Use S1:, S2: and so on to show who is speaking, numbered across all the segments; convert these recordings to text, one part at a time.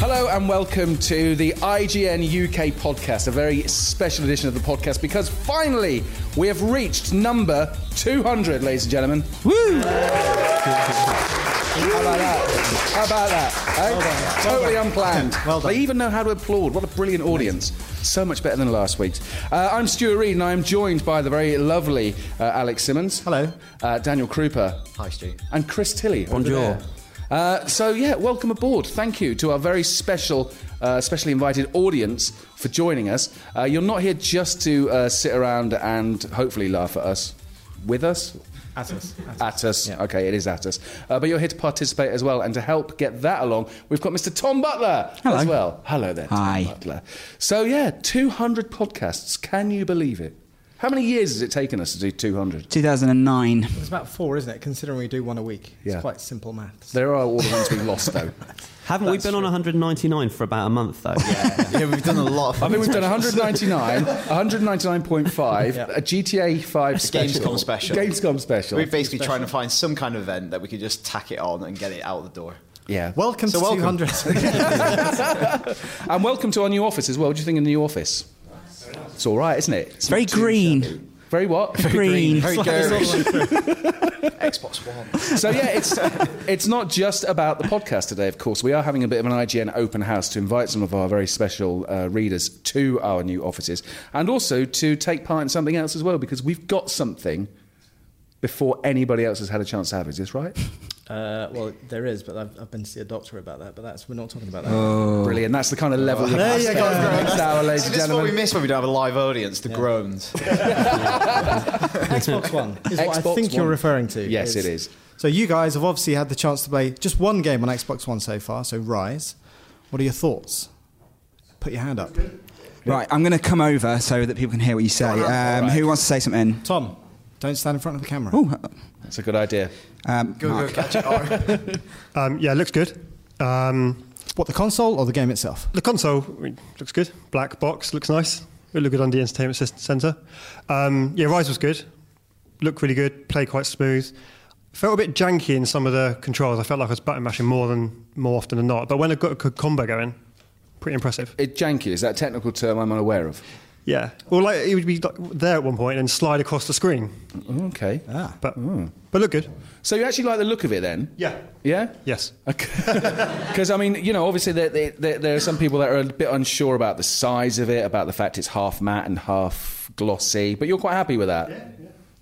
S1: Hello and welcome to the IGN UK podcast, a very special edition of the podcast because finally we have reached number 200, ladies and gentlemen. Woo! How about that? How about that? eh? totally unplanned.
S2: Well done.
S1: They even know how to applaud. What a brilliant audience. So much better than last week's. Uh, I'm Stuart Reed and I am joined by the very lovely uh, Alex Simmons.
S2: Hello.
S1: Uh, Daniel Krupa.
S2: Hi, Stu.
S1: and Chris Tilly. over
S3: Bonjour.
S1: there. Uh, so yeah, welcome aboard. Thank you to our very special, uh, specially invited audience for joining us. Uh, you're not here just to uh, sit around and hopefully laugh at us, with us,
S2: At us.
S1: at us. Okay, it is at us. Uh, but you're here to participate as well, and to help get that along, we've got Mr. Tom Butler as well. Hello there, Tom
S3: Hi.
S1: Butler. So yeah, 200 podcasts. Can you believe it? How many years has it taken us to do 200?
S3: 2009.
S2: It's about four, isn't it? Considering we do one a week. It's
S1: Yeah.
S2: quite simple maths.
S1: There are all the ones we lost though.
S3: Haven't
S2: That's
S3: we been on
S2: true.
S3: 199 for about a month though? Yeah.
S4: yeah, we've done a lot of
S1: I think we've done 199, 199.5,
S2: Yeah.
S1: a GTA 5 special,
S4: Gamescom special.
S1: Gamescom special.
S4: We're basically trying to find some kind of event that we could just tack it on and get it out the door.
S1: yeah. Well,
S2: Welcome
S4: So
S2: to
S4: welcome.
S2: 200.
S1: and welcome to our new office as well. What do you think of the new office? It's all right, isn't it? It's
S3: Very
S1: not too
S3: green.
S1: shabby. Very what?
S3: Green.
S4: Very garish. Xbox One.
S1: so yeah, it's it's not just about the podcast today. Of course, we are having a bit of an IGN open house to invite some of our very special uh, readers to our new offices, and also to take part in something else as well because we've got something before anybody else has had a chance to have. it. Is this right?
S2: uh, well, there is, but I've, I've been to see a doctor about that, but that's we're not talking about that.
S1: Brilliant. That's the kind of level.
S4: Oh. There you go.
S1: Next hour, ladies
S4: See,
S1: and
S4: this is what we
S1: gentlemen.
S4: miss when we don't have a live audience, the groans.
S2: Xbox One is what I
S1: Xbox
S2: think you're
S1: One.
S2: referring to.
S1: Yes, it is.
S2: So you guys have obviously had the chance to play just one game on Xbox One so far, so Rise. What are your thoughts? Put your hand up.
S3: Right, I'm going to come over so that people can hear what you say. Um, Who wants to say something?
S2: Tom, don't stand in front of the camera.
S3: Oh,
S1: That's a good idea.
S3: um,
S4: Go, go,
S3: Mark.
S4: catch it. Or
S5: Um, yeah, it looks good. Um,
S2: What, the console or the game itself?
S5: the console I mean, looks good. Black box looks nice. It looked good on the entertainment sys- center. Um, yeah, Rise was good. Looked really good. Played quite smooth. Felt a bit janky in some of the controls. I felt like I was button mashing more than more often than not. But when I got a good combo going, pretty impressive.
S1: It, janky is that a technical term I'm unaware of.
S5: Yeah. Well, like it would be like there at one point and slide across the screen.
S1: Mm, Okay. Mm.
S2: Ah.
S5: But but look good.
S1: So you actually like the look of it then?
S5: Yeah.
S1: Yeah.
S5: Yes.
S1: Because I mean, you know, obviously there, there, there, there are some people that are a bit unsure about the size of it, about the fact it's half matte and half glossy, but you're quite happy with that. Yeah.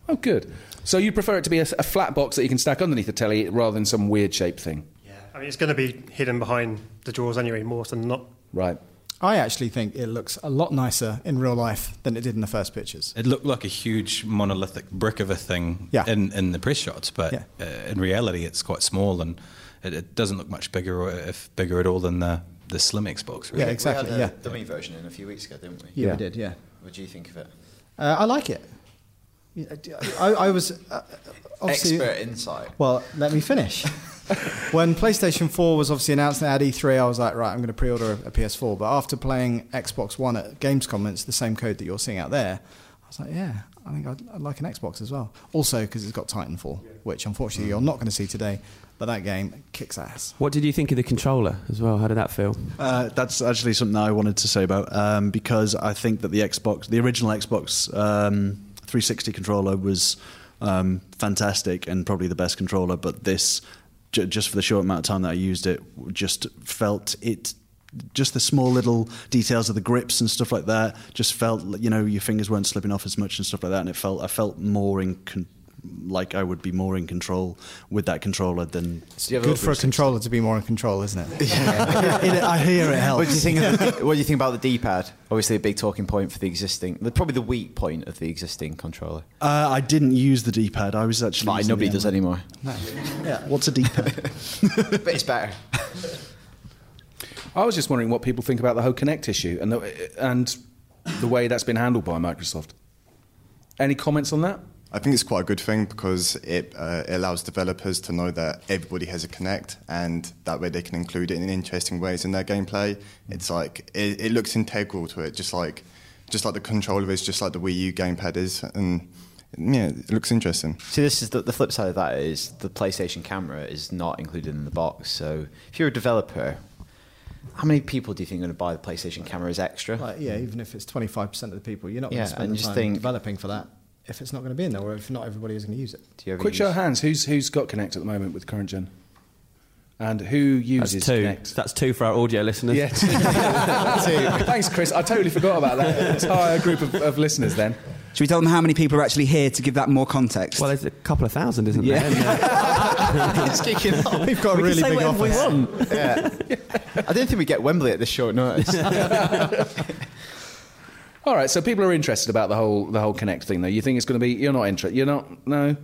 S1: Oh, good. So you prefer it to be a, a flat box that you can stack underneath the telly rather than some weird shaped thing,
S5: I mean, it's going to be hidden behind the drawers anyway, more often than not.
S1: right?
S2: I actually think it looks a lot nicer in real life than it did in the first pictures.
S6: It looked like a huge monolithic brick of a thing
S2: Yeah.
S6: in, in the press shots, but
S2: Yeah.
S6: uh, in reality, it's quite small and it, it doesn't look much bigger, or if bigger at all, than the, the Slim Xbox. Really.
S2: Yeah, exactly.
S4: We
S2: Yeah.
S4: had a dummy version in a few weeks ago, didn't we?
S2: Yeah,
S1: Yeah.
S2: we did. Yeah.
S4: What do you think of it?
S2: Uh, I like it. Yeah, I, I was uh, obviously.
S4: Expert insight.
S2: Well, let me finish. when PlayStation 4 was obviously announced at E3, I was like, right, I'm going to pre-order a, a PS4. But after playing Xbox One at Gamescom, and it's the same code that you're seeing out there. I was like, yeah, I think I'd, I'd like an Xbox as well. Also, because it's got Titanfall, which
S4: Mm.
S2: unfortunately you're not going to see today. But that game kicks ass.
S7: What did you think of the controller as well? How did that feel?
S8: Uh, that's actually something I wanted to say about um, because I think that the Xbox, the original Xbox um, 360 controller, was um, fantastic and probably the best controller. But this, j- just for the short amount of time that I used it, just felt it. Just the small little details of the grips and stuff like that. Just felt you know your fingers weren't slipping off as much and stuff like that. And it felt I felt more in con- like I would be more in control with that controller than.
S4: Do you have
S2: Good for a controller to be more in control, isn't it?
S8: I hear it
S4: What do you think? Of the, what do you think about the D-pad? Obviously, a big talking point for the existing, the, probably the weak point of the existing controller.
S8: Uh, I didn't use the D-pad. I was actually.
S4: Like
S8: using
S4: nobody
S8: the
S4: does
S8: analog.
S4: anymore.
S8: What's a D-pad?
S4: but it's better.
S1: I was just wondering what people think about the whole Connect issue and the, and the way that's been handled by Microsoft. Any comments on that?
S9: I think it's quite a good thing because it uh, allows developers to know that everybody has a Connect, and that way they can include it in interesting ways in their gameplay. It's like it, it looks integral to it, just like just like the controller is, just like the Wii U gamepad is, and yeah, it looks interesting.
S4: See, this is the, the flip side of that is the PlayStation camera is not included in the box. So if you're a developer, How many people do you think are going to buy the PlayStation camera as extra?
S2: Like, yeah, even if it's 25% of the people, you're not going
S4: Yeah,
S2: to spend
S4: and
S2: the
S4: just
S2: time
S4: think-
S2: developing for that if it's not going to be in there or if not everybody is going to use it.
S4: do you ever
S1: Quick
S4: use-
S1: show of hands. Who's who's got Connect at the moment with current gen? And who
S7: That's
S1: uses
S7: two.
S1: Connect?
S7: That's two for our audio listeners.
S1: Yeah. two. Thanks, Chris. I totally forgot about that entire group of, of listeners. Then
S3: Should we tell them how many people are actually here to give that more context?
S7: Well, there's a couple of thousand, isn't
S3: Yeah.
S7: there? And, uh,
S4: It's kicking off.
S2: We've got a really big office.
S4: Yeah. I don't think we get Wembley at this short notice.
S1: All right, so people are interested about the whole the whole Connect thing, though. You think it's going to be? You're not interested. You're not. No,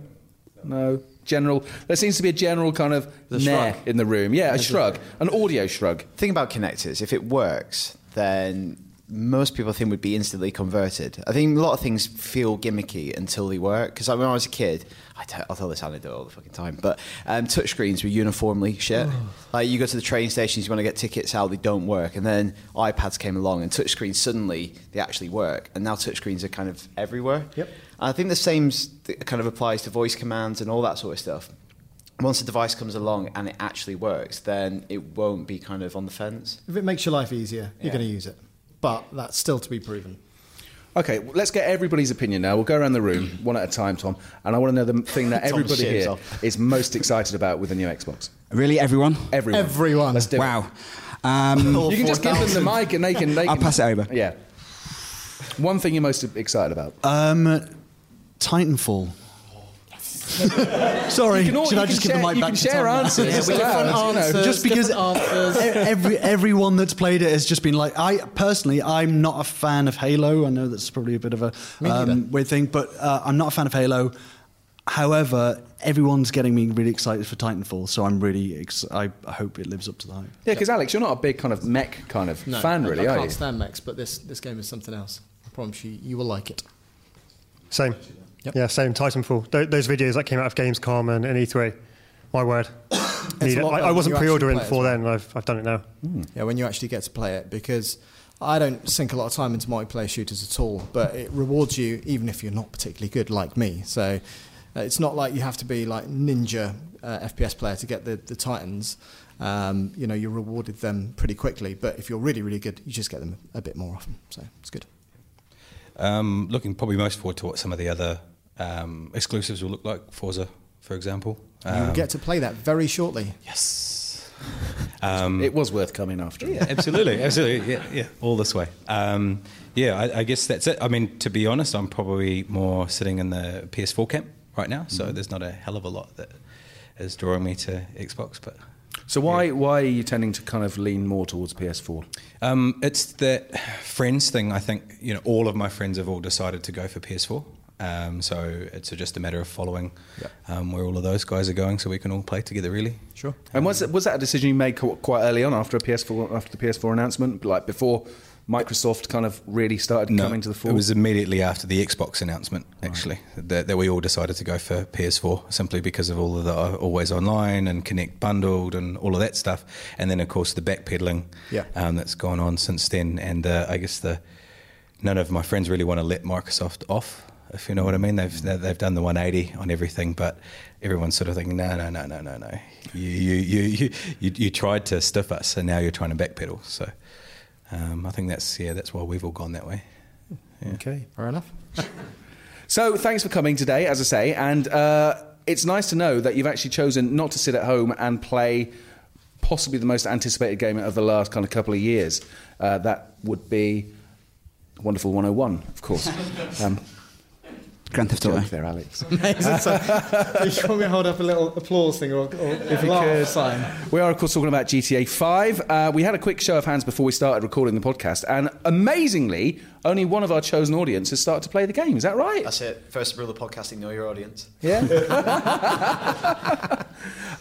S1: no. General. There seems to be a general kind of
S7: The
S1: nah
S7: shrug.
S1: in the room. Yeah, a shrug, an audio shrug.
S4: thing about connectors, if it works, then most people I think would be instantly converted. I think a lot of things feel gimmicky until they work. Because like when I was a kid, I t- I'll tell this anecdote all the fucking time, but um, touchscreens were uniformly
S1: Oh.
S4: shit. like you go to the train stations, you want to get tickets out, they don't work, and then iPads came along and touchscreens suddenly they actually work, and now touchscreens are kind of everywhere. Yep. I think the same s- th- kind of applies to voice commands and all that sort of stuff once a device comes along and it actually works, then it won't be kind of on the fence.
S2: If it makes your life easier, you're
S4: Yeah.
S2: going to use it. But that's still to be proven.
S1: Okay, well, let's get everybody's opinion now. We'll go around the room one at a time, Tom. And I want to know the thing that
S4: Tom
S1: everybody
S4: shit
S1: here
S4: himself.
S1: is most excited about with the new Xbox.
S3: really, everyone?
S1: Everyone.
S2: Everyone.
S1: Let's do it.
S3: Wow. Um,
S1: You can just give them the mic and they can. They
S3: I'll
S1: can-
S3: pass it over.
S1: Yeah. One thing you're most excited about.
S3: Uh,
S8: Um, Titanfall. Sorry,
S1: You can all-
S8: should I
S1: you
S8: just
S1: can
S8: give the
S1: share-
S8: mic
S1: you
S8: back
S1: can
S8: to
S1: share
S8: Tom?
S1: answers. Yeah, It's we allowed, different you know. answers,
S8: just because e- every everyone that's played it has just been like, I personally, I'm not a fan of Halo. I know that's probably a bit of a um, weird thing, but uh, I'm not a fan of Halo. However, everyone's getting me really excited for Titanfall, so I'm really. Ex- I I hope it lives up to the hype.
S1: Yeah, because Alex, you're not a big kind of mech kind of
S2: No,
S1: fan,
S2: I-
S1: really,
S2: I
S1: are you?
S2: can't stand Max, but this, this game is something else. I promise you, you will like it.
S5: Same.
S2: Yep.
S5: Yeah, same. Titanfall. Th- those videos that came out of Gamescom and, and E3. My word. Need
S2: a
S5: it.
S2: lot
S5: I,
S2: better
S5: I
S2: when
S5: wasn't
S2: you actually
S5: pre-ordering
S2: play it
S5: before
S2: as well.
S5: then. and I've, I've done it now.
S2: Yeah, when you actually get to play it, because I don't sink a lot of time into multiplayer shooters at all, but it rewards you even if you're not particularly good like me. So uh, it's not like you have to be like ninja uh, FPS player to get the, the Titans. Um, you know, you're rewarded them pretty quickly, but if you're really, really good, you just get them a bit more often. So it's good.
S6: Um, looking probably most forward to what some of the other um, exclusives will look like. Forza, for example.
S2: You'll
S6: Um,
S2: get to play that very shortly.
S6: yes. Um,
S1: It was worth coming after.
S6: yeah, absolutely, absolutely, yeah, yeah, all this way. Um, yeah, I, I guess that's it. I mean, to be honest, I'm probably more sitting in the PS4 camp right now, so there's not a hell of a lot that is drawing me to Xbox, but
S1: So why why are you tending to kind of lean more towards PS4?
S6: Um, it's that friends thing. I think you know all of my friends have all decided to go for PS4. Um, so it's just a matter of following um, where all of those guys are going, so we can all play together. Really.
S1: Sure. And was that, was that a decision you made qu- quite early on after a PS4 after the PS4 announcement, like before Microsoft kind of really started coming to the fore?
S6: It was immediately after the Xbox announcement, actually, that, that we all decided to go for PS4 simply because of all of the uh, always online and Connect bundled and all of that stuff. And then, of course, the backpedaling
S2: Yeah.
S6: um, that's gone on since then. And uh, I guess the none of my friends really want to let Microsoft off. If you know what I mean, they've they- they've done the 180 on everything, but everyone's sort of thinking, no, no, no, no, no, no. You you you you, you, you tried to stiff us, and now you're trying to backpedal. So um, I think that's yeah, that's why we've all gone that way.
S2: Okay. Fair enough.
S1: So thanks for coming today, as I say, and uh, it's nice to know that you've actually chosen not to sit at home and play possibly the most anticipated game of the last kind of couple of years. Uh, that would be Wonderful 101, of course. Um,
S3: Grand Theft Auto.
S1: joke there, Alex.
S2: you want me to hold up a little applause thing or, or if sign?
S1: We are, of course, talking about GTA 5. Uh, we had a quick show of hands before we started recording the podcast, and amazingly, only one of our chosen audience has started to play the game. Is that right?
S4: That's it. First rule of podcasting: know your audience.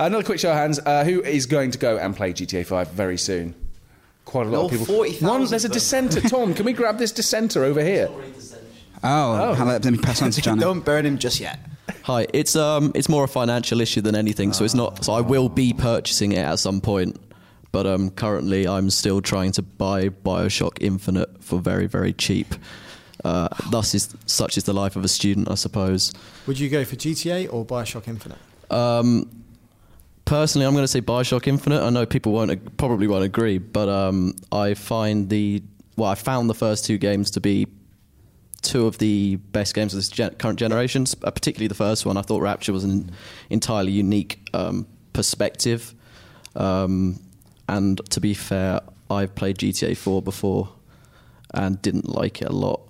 S1: Another quick show of hands. Uh, who is going to go and play GTA 5 very soon? Quite a lot
S4: No,
S1: of people.
S4: 40,000
S1: One, there's a
S4: of them.
S1: dissenter. Tom, can we grab this dissenter over here?
S3: Oh, How about, let me pass on to John.
S4: Don't burn him just yet.
S10: Hi, it's um, it's more a financial issue than anything. So it's not. So I will be purchasing it at some point, but um, currently I'm still trying to buy Bioshock Infinite for very, very cheap. Uh, thus is such is the life of a student, I suppose.
S2: Would you go for GTA or Bioshock Infinite?
S10: Um, personally, I'm going to say Bioshock Infinite. I know people won't probably won't agree, but um, I find the well, I found the first two games to be two of the best games of this gen- current generation. s- uh, Particularly the first one, I thought Rapture was an entirely unique um, perspective. Um, and to be fair, I've played GTA 4 before and didn't like it a lot.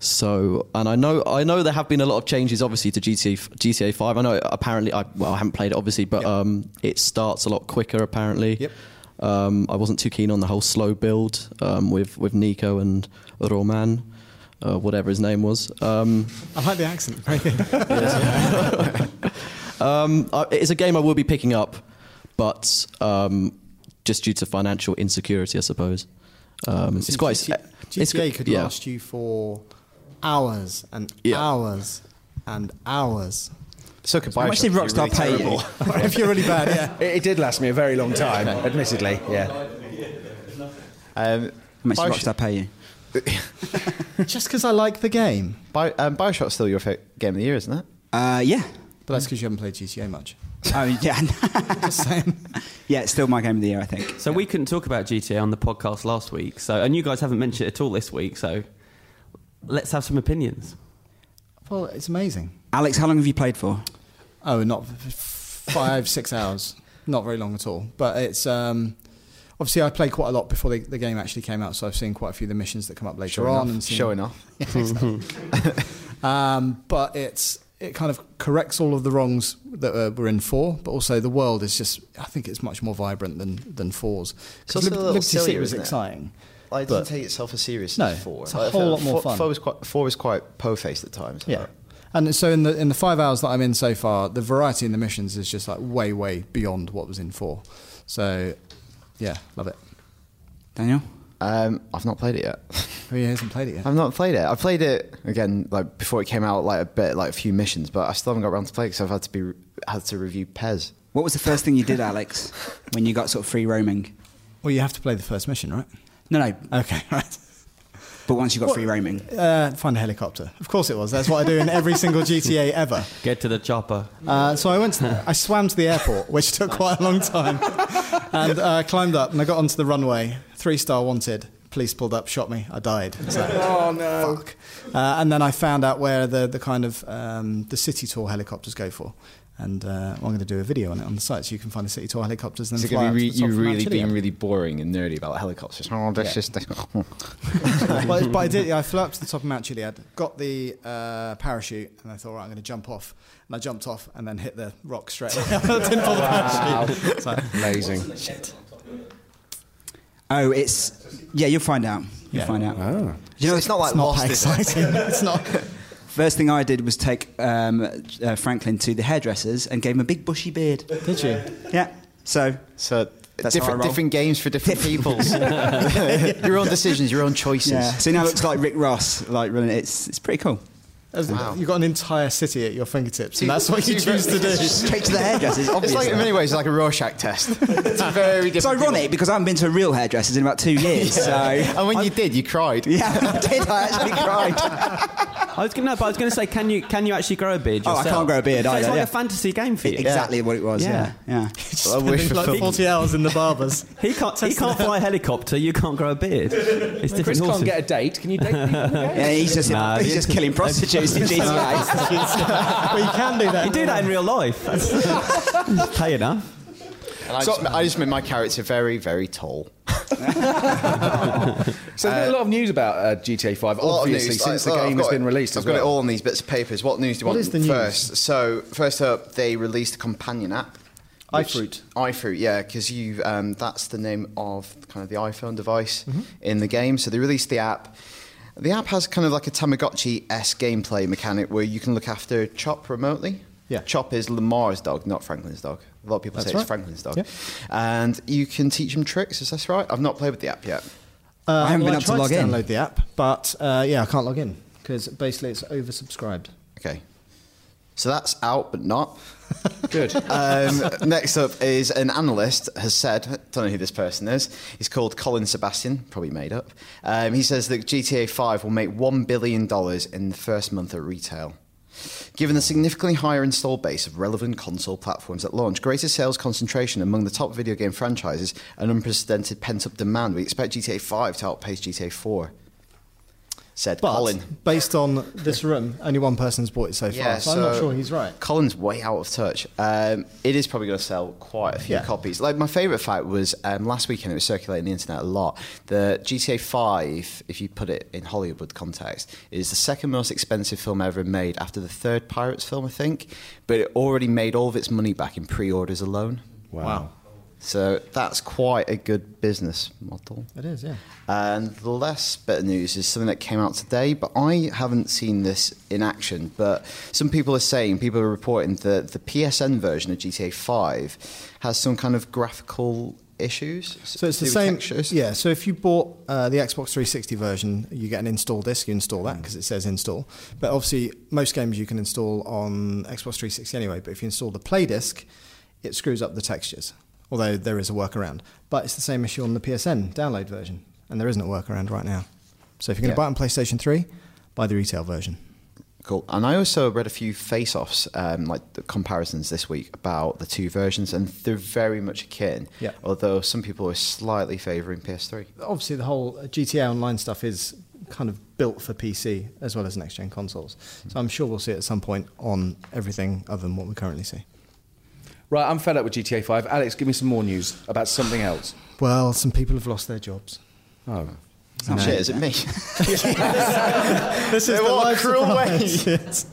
S10: So, and I know, I know there have been a lot of changes, obviously, to GTA f- GTA Five. I know apparently, I well, I haven't played it obviously, but um, it starts a lot quicker apparently. Yep. Um, I wasn't too keen on the whole slow build um, with with Nico and Roman, uh, whatever his name was. Um,
S2: I like the accent. Very good.
S10: um, I- it's a game I will be picking up, but um, just due to financial insecurity, I suppose. Um, it's quite.
S2: GTA,
S10: it's-
S2: GTA could
S10: yeah.
S2: last you for hours and
S10: Yeah.
S2: hours and hours.
S4: So could
S2: How much did Rockstar pay you? If you're really bad, yeah.
S1: It, it did last me a very long time, admittedly. Yeah.
S4: Um,
S3: much did
S4: Bioshock-
S3: Rockstar pay you?
S2: Just because I like the game.
S4: Bio, um, Bioshock's still your fa- game of the year, isn't it?
S3: Uh, yeah.
S2: But that's because you haven't played GTA much.
S3: Oh yeah.
S2: Just saying.
S3: yeah, it's still my game of the year, I think.
S7: So we couldn't talk about GTA on the podcast last week. So and you guys haven't mentioned it at all this week. So let's have some opinions.
S2: Well, it's amazing.
S3: Alex, how long have you played for?
S2: Oh, not f- five, six hours. Not very long at all. But it's um, obviously I played quite a lot before the, the game actually came out, so I've seen quite a few of the missions that come up later
S4: Showing
S2: on.
S4: off.
S2: And seen-
S4: Showing off.
S2: Yeah, exactly. um, but it's it kind of corrects all of the wrongs that uh, were in four, but also the world is just I think it's much more vibrant than than fours.
S4: It's also
S2: 'Cause
S4: a little
S2: Liberty City
S4: sillier,
S2: was
S4: isn't it?
S2: exciting.
S4: Like, it
S2: But-
S4: doesn't take itself as serious
S2: No,
S4: as four.
S2: it's a
S4: Like, I
S2: whole
S4: feel
S2: lot more
S4: four,
S2: fun.
S4: Four was quite, four was quite po-faced at times. I
S2: Yeah.
S4: thought.
S2: And so in the in the five hours that I'm in so far, the variety in the missions is just like way way beyond what was in four. So, yeah, love it.
S3: Daniel?
S4: Um, I've not played it yet.
S2: Oh, yeah, hasn't played it yet.
S4: I've not played it. I played it again like before it came out, like a bit, like a few missions, but I still haven't got around to play because I've had to be had to review Pez.
S3: What was the first thing you did, Alex, when you got sort of free roaming?
S2: Well, you have to play the first mission, right?
S3: No, no.
S2: Okay, right.
S3: But once you got free roaming,
S2: Uh, find a helicopter. Of course it was. That's what I do in every single GTA ever.
S7: Get to the chopper.
S2: Uh, so I went. To, I swam to the airport, which took quite a long time, and uh, climbed up and I got onto the runway. Three star wanted. Police pulled up, shot me. I died. So, oh no! Fuck. Uh, and then I found out where the the kind of um, the city tour helicopters go for. And uh, I'm going to do a video on it on the site, so you can find the city tour helicopters. And
S4: Is
S2: then
S4: it
S2: fly
S4: going to
S2: up
S4: be
S2: to
S4: re- you
S2: the top of Mount
S4: really
S2: Chiliad.
S4: being really boring and nerdy about helicopters? Oh, that's just
S2: well, but I did. I flew up to the top of Mount Chiliad, got the uh, parachute, and I thought, right, I'm going to jump off. And I jumped off and then hit the rock straight away. I didn't pull the parachute. It's like,
S1: Amazing.
S3: oh, it's yeah, you'll find out. You'll
S2: Yeah.
S3: find out.
S1: Oh.
S3: You know,
S4: it's not like
S2: it's not
S4: Lost.
S2: that
S4: is it?
S2: exciting. it's not.
S3: First thing I did was take um, uh, Franklin to the hairdressers and gave him a big bushy beard.
S2: Did you?
S3: Yeah. So
S4: So
S3: That's how I
S4: different
S3: roll.
S4: different games for different peoples. your own decisions, your own choices.
S3: yeah. So now it looks like Rick Ross, like running. It's it's pretty cool.
S4: Wow.
S2: You've got an entire city at your fingertips,
S4: Two-
S2: and that's what you
S4: two
S2: choose to do.
S3: Straight to the hairdressers.
S4: It's
S3: Obviously.
S4: like in many ways like a Rorschach test. It's a very
S3: It's
S4: different.
S3: ironic because I haven't been to a real hairdresser's in about two years. So
S4: And when you did, you cried.
S3: yeah, I did. I actually cried.
S7: I was gonna, no, but I was gonna say, can you can you actually grow a beard?
S3: Oh, I
S7: Yourself?
S3: can't grow a beard
S7: So
S3: either,
S7: it's like
S3: yeah. E,
S7: a fantasy game for you.
S3: Exactly what it was. Yeah. Yeah.
S4: I wish
S2: like
S4: fulfillment.
S2: 40 hours in the barbers.
S7: He can't. He can't fly a helicopter. You can't grow a beard. It's different
S1: Chris
S7: horses.
S1: can't get a date. Can you date people?
S3: Yeah, he's just
S7: Nah,
S3: he's just killing prostitutes in GTA.
S2: but you can do that.
S7: you do that in real life. That's- Pay enough.
S4: And I, just, I just made my character very, very tall.
S1: So there's been a lot of news about uh, GTA 5,
S4: lot of
S1: obviously,
S4: news.
S1: since
S4: Like,
S1: the
S4: oh, I've
S1: game has
S4: got
S1: been
S4: it-
S1: released
S4: I've
S1: as
S4: got
S1: well.
S4: it all on these bits of papers. What news do you
S2: What
S4: want
S2: is the news?
S4: first? So first up, they released a companion app. which-
S2: iFruit.
S4: iFruit, yeah, because you um, that's the name of kind of the iPhone device
S2: Mm-hmm.
S4: in the game. So they released the app. The app has kind of like a Tamagotchi s gameplay mechanic where you can look after Chop remotely.
S2: Yeah.
S4: Chop is Lamar's dog, not Franklin's dog. A lot of people
S2: That's
S4: say
S2: right.
S4: it's Franklin's dog.
S2: Yeah.
S4: And you can teach him tricks, is that right? I've not played with the app yet.
S2: Uh,
S3: I haven't been
S2: well,
S3: able to
S2: tried
S3: log in.
S2: download the app, but uh, yeah, I can't log in because basically it's oversubscribed.
S4: Okay. So that's out, but not.
S1: Good.
S4: Um, next up is an analyst has said, I don't know who this person is, he's called Colin Sebastian, probably made up. Um, he says that GTA 5 will make $1 billion in the first month at retail. Given the significantly higher install base of relevant console platforms at launch, greater sales concentration among the top video game franchises, and unprecedented pent up demand, we expect GTA 5 to outpace GTA 4. Said
S2: But
S4: Colin.
S2: based on this room, only one person's bought it so far. so, I'm not sure he's right.
S4: Colin's way out of touch. Um, it is probably going to sell quite a few
S2: Yeah.
S4: copies. Like my favourite fact was um, last weekend. It was circulating the internet a lot. The GTA Five, if you put it in Hollywood context, is the second most expensive film ever made after the third Pirates film, I think. But it already made all of its money back in pre-orders alone.
S2: Wow.
S4: So that's quite a good business model.
S2: It is, yeah.
S4: And the last bit of news is something that came out today, but I haven't seen this in action. But some people are saying, people are reporting that the PSN version of GTA 5 has some kind of graphical issues.
S2: So it's the same. Yeah. So if you bought uh, the Xbox 360 version, you get an install disc. You install that because it says install. But obviously, most games you can install on Xbox 360 anyway. But if you install the Play disc, it screws up the textures. Although there is a workaround, but it's the same issue on the PSN download version, and there isn't a workaround right now. So if you're going to
S4: Yeah.
S2: buy it on PlayStation 3, buy the retail version.
S4: Cool. And I also read a few face-offs, um, like the comparisons this week about the two versions, and they're very much akin.
S2: Yeah.
S4: Although some people are slightly favouring PS3.
S2: obviously the whole GTA Online stuff is kind of built for PC as well as next gen consoles. So I'm sure we'll see it at some point on everything other than what we currently see.
S1: Right, I'm fed up with GTA 5. Alex, give me some more news about something else.
S2: Well, some people have lost their jobs.
S1: Oh.
S4: Oh, shit, is it me?
S2: this is
S4: What a
S2: live
S4: cruel
S2: surprise. Yes.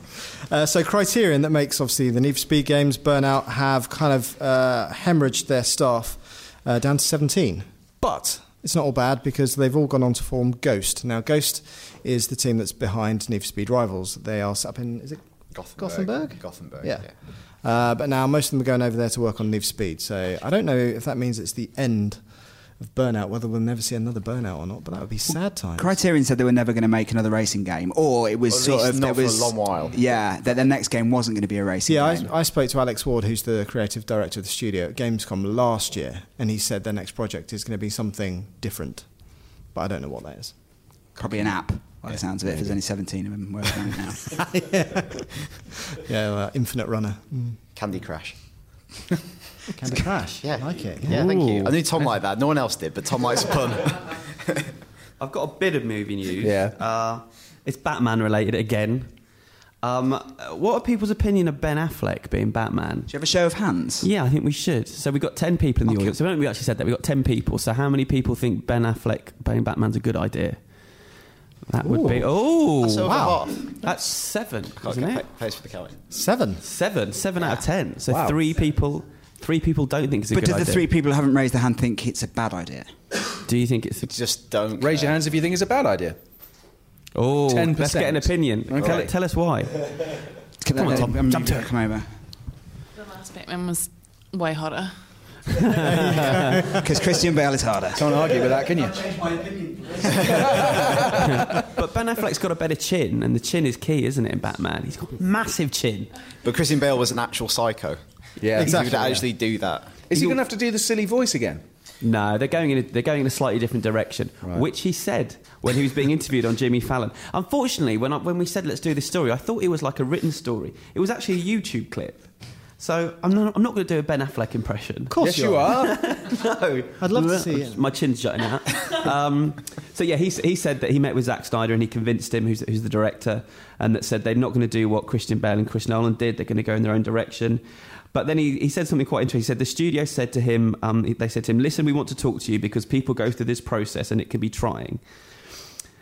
S2: Uh, so Criterion, that makes obviously the Need for Speed games, Burnout, have kind of uh, hemorrhaged their staff uh, down to 17. But it's not all bad because they've all gone on to form Ghost. Now, Ghost is the team that's behind Need for Speed Rivals. They are set up in, is it Gothenburg?
S4: Gothenburg.
S2: Yeah. Uh, but now most of them are going over there to work on Need for Speed. So I don't know if that means it's the end of Burnout, whether we'll never see another Burnout or not, but that would be sad time.
S3: Criterion said they were never going to make another racing game, or it was
S4: Or at
S3: sort
S4: least
S3: of
S4: not
S3: there
S4: for a
S3: was,
S4: long while.
S3: Yeah, that their next game wasn't going to be a racing
S2: Yeah,
S3: game.
S2: I, I spoke to Alex Ward, who's the creative director of the studio at Gamescom last year, and he said their next project is going to be something different, but I don't know what that is.
S3: Probably an app. By the sounds of it, if there's only 17 of them working on it now.
S2: Yeah, uh, Infinite Runner.
S4: Candy Crash.
S2: Candy Crash.
S4: Yeah.
S2: I like it.
S4: Yeah, thank you. I knew Tom liked that. No one else did, but Tom likes a pun.
S7: I've got a bit of movie news.
S1: Yeah.
S7: Uh, it's Batman related again. Um, what are people's opinion of Ben Affleck being Batman?
S3: Do you have a show of hands?
S7: Yeah, I think we should. So we got ten people in the audience. So we haven't we actually said that we got ten people. So how many people think Ben Affleck playing Batman's a good idea? That would be oh
S4: So wow.
S7: that's seven, isn't it?
S4: Thanks for the count.
S2: Seven.
S7: Seven, seven out of ten. So
S1: Wow.
S7: three people, three people don't think it's a
S3: But
S7: good
S3: do the
S7: idea.
S3: three people who haven't raised their hand think it's a bad idea?
S7: do you think it's a,
S4: Just don't.
S1: Raise
S4: care.
S1: your hands if you think it's a bad idea.
S7: oh?
S1: 10%.
S7: Let's get an opinion.
S1: Okay.
S7: Tell, tell us why.
S3: Come
S7: on, Tom,
S3: um,
S7: jump to it.
S3: Come over.
S11: The last Batman was way hotter.
S3: Because Christian Bale is harder.
S1: Can't argue with that, can you?
S7: But Ben Affleck's got a better chin, and the chin is key, isn't it? In Batman, he's got a massive chin.
S4: But Christian Bale was an actual psycho.
S1: Yeah,
S4: He would actually do that.
S1: Is he going to have to do the silly voice again?
S7: No, they're going in a, they're going in a slightly different direction, which he said when he was being interviewed on Jimmy Fallon. Unfortunately, when I, when we said let's do this story, I thought it was like a written story. It was actually a YouTube clip. So I'm not I'm not going to do a Ben Affleck impression.
S2: Of
S1: Yes,
S2: course
S1: you are.
S7: No,
S2: I'd love to see it.
S7: My chin's jutting out. Um, so yeah, he, s- he said that he met with Zack Snyder and he convinced him, who's, who's the director, and that said they're not going to do what Christian Bale and Chris Nolan did. They're going to go in their own direction. But then he, he said something quite interesting. He said the studio said to him, um, they said to him, listen, we want to talk to you because people go through this process and it can be trying.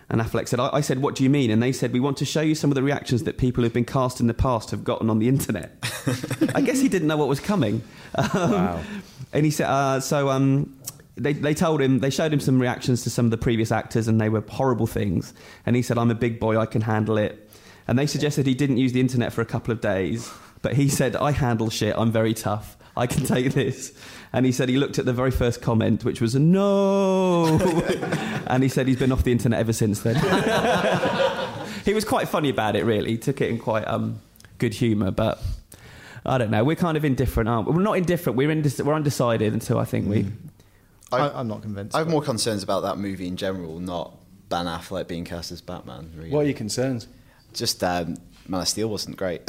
S7: And Affleck said, I, I said, what do you mean? And they said, we want to show you some of the reactions that people who've been cast in the past have gotten on the internet. I guess he didn't know what was coming. Um, And he said, uh, so um, they, they told him, they showed him some reactions to some of the previous actors and they were horrible things. And he said, I'm a big boy, I can handle it. And they suggested he didn't use the internet for a couple of days. But he said, I handle shit, I'm very tough. I can take this. And he said he looked at the very first comment, which was no. and he said he's been off the internet ever since then. he was quite funny about it, really. He took it in quite um, good humour, but I don't know. We're kind of indifferent, aren't we? We're not indifferent. We're, indec- we're undecided until I think
S1: Mm.
S7: we.
S2: I,
S4: I-
S2: I'm not convinced.
S4: I have more concerns about that movie in general, not Ben Affleck being cast as Batman. Really.
S1: What are your concerns?
S4: Just um, Man of Steel wasn't great.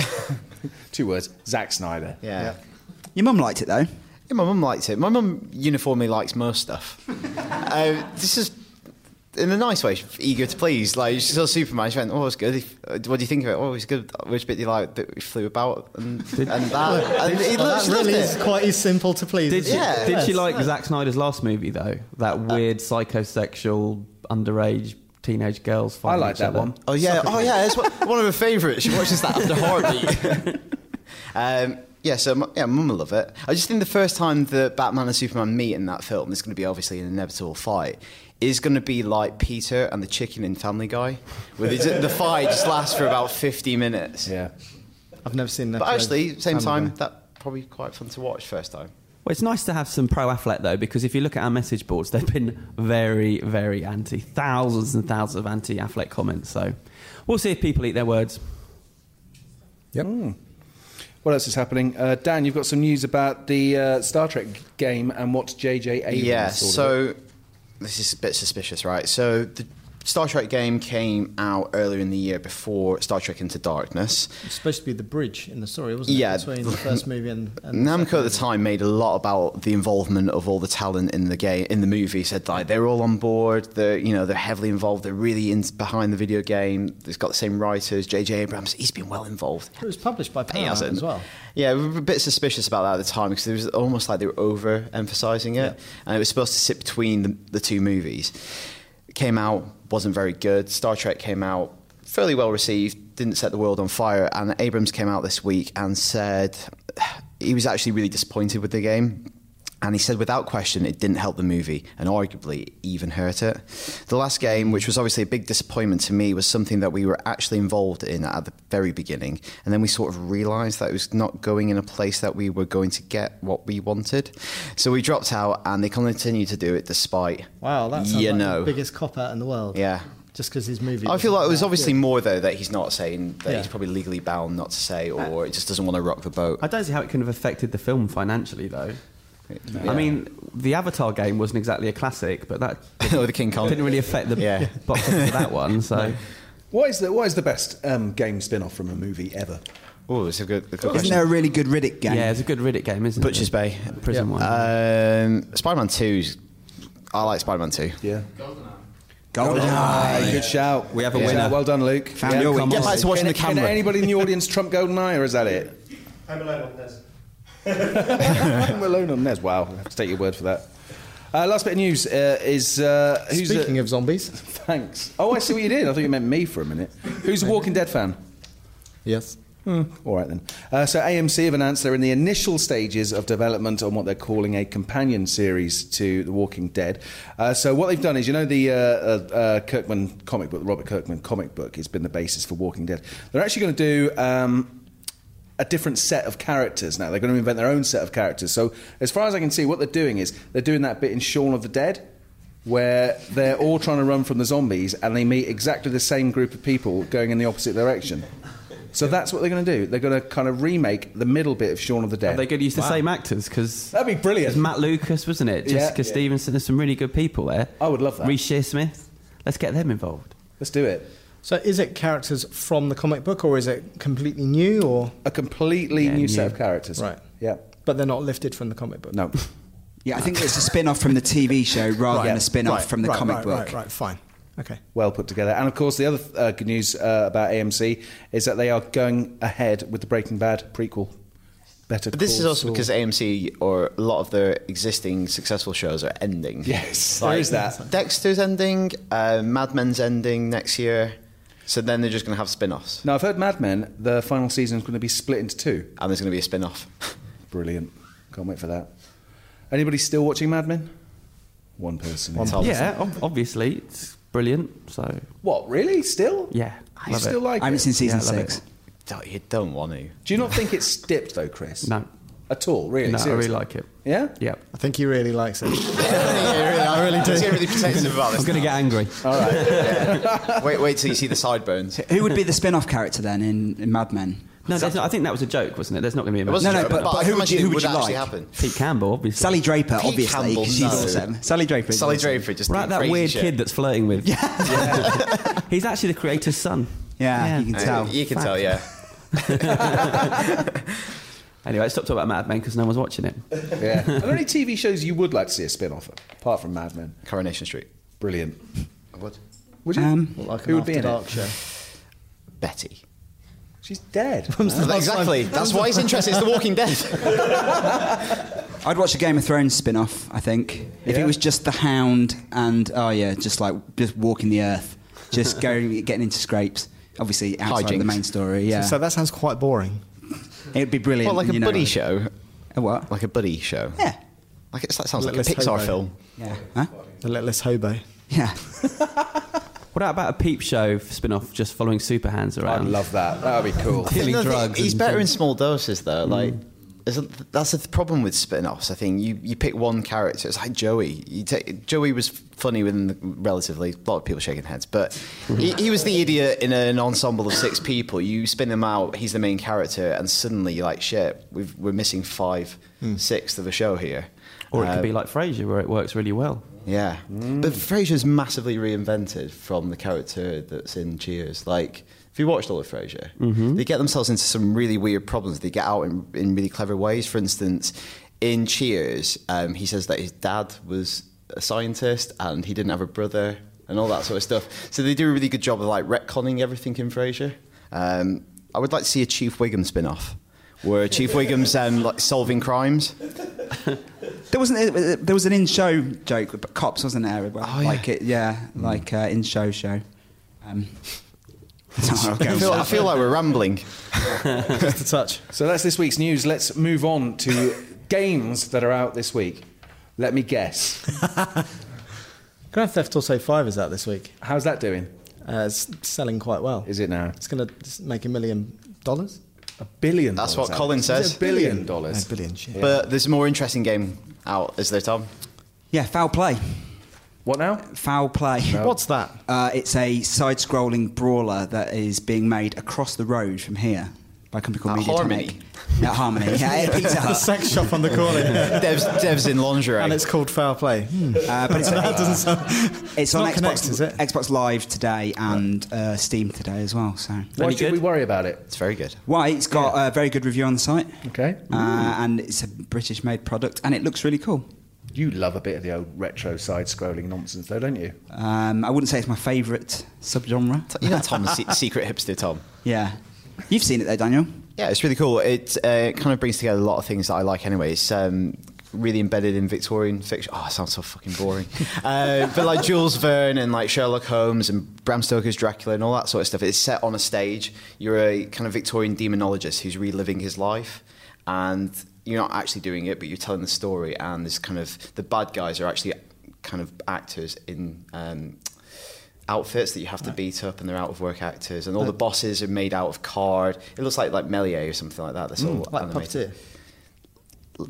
S1: Two words: Zack Snyder.
S4: Yeah.
S1: Yeah.
S4: Your mum liked it though. Yeah, my mum liked it. My mum uniformly likes most stuff. uh, this is in a nice way, she's eager to please. Like she saw Superman, she went, "Oh, it's good. Uh, What do you think of it? Oh, it's good. Which bit do you like that we flew about and, and that?" and
S2: Well,
S4: it,
S2: that
S4: she loved
S2: really
S4: it.
S2: is quite as simple to please.
S7: Did she,
S2: isn't it?
S7: did she
S2: Yes.
S7: like Zack Snyder's last movie though? That
S1: Uh,
S7: weird psychosexual underage teenage girls.
S1: I
S7: fighting
S1: like
S7: each
S1: that
S7: other.
S1: one.
S4: Oh yeah, oh yeah, it's one one of her favourites. She watches that after Heartbeat. um, yeah, so mu- yeah, Mum will love it. I just think the first time that Batman and Superman meet in that film, there's going to be obviously an inevitable fight. Is going to be like Peter and the chicken in Family Guy, where they ju- the fight just lasts for about 50 minutes.
S1: Yeah,
S2: I've never seen that.
S4: but actually, same time, that probably quite fun to watch first time.
S7: Well, it's nice to have some pro athlete though, because if you look at our message boards, they've been very, very anti. Thousands and thousands of anti Affleck comments. So we'll see if people eat their words.
S1: Yep. What else is happening? Uh, Dan, you've got some news about the uh, Star Trek game and what JJ Abrams.
S4: Yeah,
S1: thought of it.
S4: so this is a bit suspicious, right? So the Star Trek game came out earlier in the year before Star Trek Into Darkness.
S2: It's supposed to be the bridge in the story, wasn't it?
S4: Yeah.
S2: Between the first movie and, and
S4: Namco at the time made a lot about the involvement of all the talent in the game in the movie. Said like they're all on board. They're you know they're heavily involved. They're really in, behind the video game. It's got the same writers. J.J. Abrams. He's been well involved.
S2: It was published by Paramount
S4: hasn't.
S2: as well.
S4: Yeah, we were a bit suspicious about that at the time because it was almost like they were over-emphasising it, and it was supposed to sit between the, the two movies. It came out, wasn't very good. Star Trek came out, fairly well received, didn't set the world on fire, and Abrams came out this week and said he was actually really disappointed with the game. And he said, without question, it didn't help the movie and arguably even hurt it. The last game, which was obviously a big disappointment to me, was something that we were actually involved in at the very beginning. And then we sort of realized that it was not going in a place that we were going to get what we wanted. So we dropped out and they continue to do it despite.
S2: Wow, that's
S4: You
S2: like
S4: know.
S2: the biggest cop out in the world.
S4: Yeah.
S2: Just because his movie.
S4: I feel
S2: wasn't
S4: like it was
S2: that
S4: obviously
S2: good.
S4: more, though, that he's not saying that
S2: Yeah. Uh,
S4: he's probably legally bound not to say or it just doesn't want to rock the boat.
S7: I don't see how it can have affected the film financially though.
S4: Yeah.
S7: I mean, the Avatar game wasn't exactly a classic, but that
S4: Or the King Kong.
S7: didn't really affect the
S4: Yeah.
S7: box office for that one. So
S1: What is the what is the best um, game spin-off from a movie ever?
S4: Oh, it's a good, a good
S3: Isn't
S4: question.
S3: there a really good Riddick game?
S7: yeah, it's a good Riddick game, isn't
S4: Butcher's
S7: it?
S4: Bay.
S7: Prison one.
S4: Um, Spider Man 2's. I like Spider Man 2.
S1: Yeah.
S3: GoldenEye.
S1: Ah, Good shout.
S7: We have a
S1: Yeah.
S7: winner.
S1: Well done, Luke.
S3: Found your
S1: come
S3: winner.
S1: on.
S4: Get back to watching
S1: can,
S4: the
S1: Can
S4: camera.
S1: anybody in the audience trump GoldenEye, or is that it?
S5: I'm alone on this.
S1: I'm alone on Nez. Wow, I have to take your word for that. Uh, last bit of news uh, is uh, who's
S2: Speaking
S1: a-
S2: of zombies.
S1: thanks. Oh, I see what you did. I thought you meant me for a minute. Who's a Walking Dead fan?
S2: Yes.
S1: All right then. Uh, so AMC have announced they're in the initial stages of development on what they're calling a companion series to The Walking Dead. Uh, so what they've done is, you know, the uh, uh, uh, Kirkman comic book, the Robert Kirkman comic book, has been the basis for Walking Dead. They're actually going to do. Um, a different set of characters now. They're going to invent their own set of characters. So, as far as I can see, what they're doing is they're doing that bit in Shaun of the Dead where they're all trying to run from the zombies and they meet exactly the same group of people going in the opposite direction. So that's what they're going to do. They're going to kind of remake the middle bit of Shaun of the
S7: Are
S1: Dead.
S7: they going to use the same actors? Because
S1: That'd be
S7: It's
S1: brilliant.
S7: Matt Lucas, wasn't it?
S1: Yeah.
S7: Jessica
S1: Yeah.
S7: Stevenson. There's some really good people there.
S1: I would love that.
S7: Reece Shearsmith. Let's get them involved.
S1: Let's do it.
S2: So is it characters from the comic book or is it completely new or.
S1: A completely
S7: Yeah,
S1: new
S7: new.
S1: set of characters.
S2: Right.
S1: Yeah.
S2: But they're not lifted from the comic book?
S1: No.
S3: Yeah, I think it's a spin off from the TV show rather than a spin off
S2: Right,
S3: from the
S2: right,
S3: comic
S2: right,
S3: book.
S2: Right, right, fine. Okay.
S1: well put together. And of course, the other uh, good news uh, about AMC is that they are going ahead with the Breaking Bad prequel. Better.
S4: But this
S1: Call
S4: is also
S1: Saul.
S4: because AMC or a lot of their existing successful shows are ending.
S1: Yes, there is that.
S4: Dexter's ending, uh, Mad Men's ending next year. So then they're just going to have spin offs.
S1: Now I've heard Mad Men the final season is going to be split into two.
S4: And there's going to be a spin off.
S1: Brilliant. Can't wait for that. Anybody still watching Mad Men? One person.
S4: One person.
S7: Yeah, ob- obviously it's brilliant. So
S1: What? Really? Still?
S7: yeah,
S1: You
S7: love
S1: still
S7: it.
S1: like
S3: I haven't
S1: it? Oh,
S3: seen season
S7: Yeah, I love
S3: six.
S7: it.
S4: you don't want to.
S1: Do you not think it's dipped though, Chris?
S7: No,
S1: At all? Really?
S7: no, I
S1: Seriously?
S7: really like it.
S1: Yeah.
S7: Yeah,
S2: I think he really likes it.
S4: I really do. He's getting really protective about
S7: I'm
S4: this.
S7: going to get angry.
S4: Wait, wait till you see the sideburns. It
S3: Who would be the spin off character then in, in Mad Men?
S7: No, there's not, I think that was a joke, wasn't it? There's not going to be a
S4: wasn't
S3: No, no,
S4: true,
S3: but- but
S4: I
S3: who
S4: can
S3: would you-
S4: imagine
S3: who
S4: it
S3: would you
S4: actually
S3: like?
S4: happen.
S7: Pete Campbell, obviously.
S3: Sally Draper,
S4: Pete
S3: obviously,
S4: Campbell,
S3: because she's
S4: no.
S3: awesome. Sally Draper. is
S4: Sally
S3: awesome.
S4: Draper just
S7: Right,
S4: did
S7: that
S4: crazy
S7: weird
S4: shit.
S7: kid that's flirting with. Yeah. He's actually the creator's son.
S3: Yeah,
S7: Yeah.
S3: you can
S7: Uh,
S3: tell.
S4: you can tell, yeah.
S7: Anyway, stop talking about Mad Men because no one's watching it.
S1: Yeah. Are there any TV shows you would like to see a spin off of, apart from Mad Men?
S4: Coronation Street.
S1: Brilliant.
S4: I would.
S1: Would you?
S3: Um,
S1: Well, Who would be in it?
S4: Betty.
S1: She's dead.
S4: exactly. That's why it's interesting. It's The Walking Dead.
S3: I'd watch a Game of Thrones spin off, I think. If
S1: Yeah.
S3: it was just the hound and, oh yeah, just like just walking the earth, just going, getting into scrapes. Obviously, outside of the
S4: Hijinks.
S3: main story, yeah.
S2: So that sounds quite boring.
S3: It'd be brilliant.
S4: What, like
S3: you
S4: a
S3: know.
S4: buddy show?
S3: A what?
S4: Like a buddy show?
S3: Yeah.
S4: Like it, that sounds like a
S2: Let's hope
S4: Pixar
S2: I-
S4: film.
S3: Yeah. Huh?
S2: The Letless Hobo.
S3: Yeah.
S7: What about a peep show spin off just following Superhands
S1: I'd
S7: around?
S1: love that. That would be cool.
S7: Dealing
S4: the thing-
S7: drugs
S4: He's
S7: and
S4: better in
S7: things.
S4: small doses, though. Like,
S7: Mm.
S4: there's a- that's the th- problem with spin-offs. I think you, you pick one character. It's like Joey. You take, Joey was funny within the, relatively a lot of people shaking heads, but he, he was the idiot in an ensemble of six people. You spin him out. He's the main character, and suddenly you're like, shit, we've, we're missing five sixths of a show here.
S7: Mm. Or it could
S4: Uh,
S7: be like Frasier where it works really well.
S4: yeah, but Frasier's massively reinvented from the character that's in Cheers. Like, if you watched all of Frasier, they get themselves into some really weird problems. They get out in, in really clever ways. For instance, in Cheers, um, he says that his dad was a scientist and he didn't have a brother and all that sort of stuff. So they do a really good job of like retconning everything in Frasier. Um, I would like to see a Chief Wiggum spin-off where Chief Wiggum's um, like solving crimes.
S3: There wasn't. uh, There was an in-show joke, but cops wasn't there? Oh,
S4: yeah.
S3: Like it, yeah, like uh, in-show show. Um, I'll go
S4: I
S3: with
S4: feel, I
S3: that.
S4: feel like we're rambling.
S2: Just a touch.
S1: So that's this week's news. Let's move on to games that are out this week. Let me guess.
S2: Grand Theft Auto 5 is out this week.
S1: How's that doing?
S2: Uh, it's selling quite well.
S1: Is it now?
S2: It's going to make a million dollars.
S1: A billion.
S4: That's
S1: dollars
S4: what
S1: out.
S4: Colin
S1: Is
S4: says.
S1: it A billion dollars.
S2: A billion, shit.
S4: But there's a more interesting game out, is there, Tom?
S3: yeah, foul play,
S1: What now?
S3: foul play.
S2: What's that?
S3: Uh, it's a side-scrolling brawler that is being made across the road from here by a company called
S4: At
S3: Mediatonic.
S4: Harmony.
S3: At Harmony, yeah, at Pizza
S2: The
S3: Hut.
S2: sex shop on the corner.
S4: Dev's, Dev's in lingerie.
S2: and it's called Foul Play. Hmm.
S3: Uh, but it's,
S2: That doesn't sound.
S3: it's on
S2: not
S3: Xbox,
S2: connected, is it?
S3: Xbox Live today and uh, Steam today as well. So
S1: Why
S7: Any
S1: should
S7: good?
S1: we worry about it?
S4: It's very good.
S3: why it's got a very good review on the site,
S1: Okay.
S3: uh, and it's a British-made product, and it looks really cool.
S1: You love a bit of the old retro side-scrolling nonsense, though, don't you?
S3: Um, I wouldn't say it's my favourite subgenre.
S4: You know Tom's se- secret hipster, Tom.
S3: Yeah, you've seen it though, Daniel.
S4: Yeah, it's really cool. It uh, kind of brings together a lot of things that I like anyway. It's um, really embedded in Victorian fiction. Oh, it sounds so fucking boring. uh, but like Jules Verne and like Sherlock Holmes and Bram Stoker's Dracula and all that sort of stuff. It's set on a stage. You're a kind of Victorian demonologist who's reliving his life and you're not actually doing it, but you're telling the story and this kind of, the bad guys are actually kind of actors in um, outfits that you have to beat up, and they're out of work actors, and all the bosses are made out of card. It looks like like Melier or something like that. That's all
S2: Like
S4: animated.
S2: puppeteer.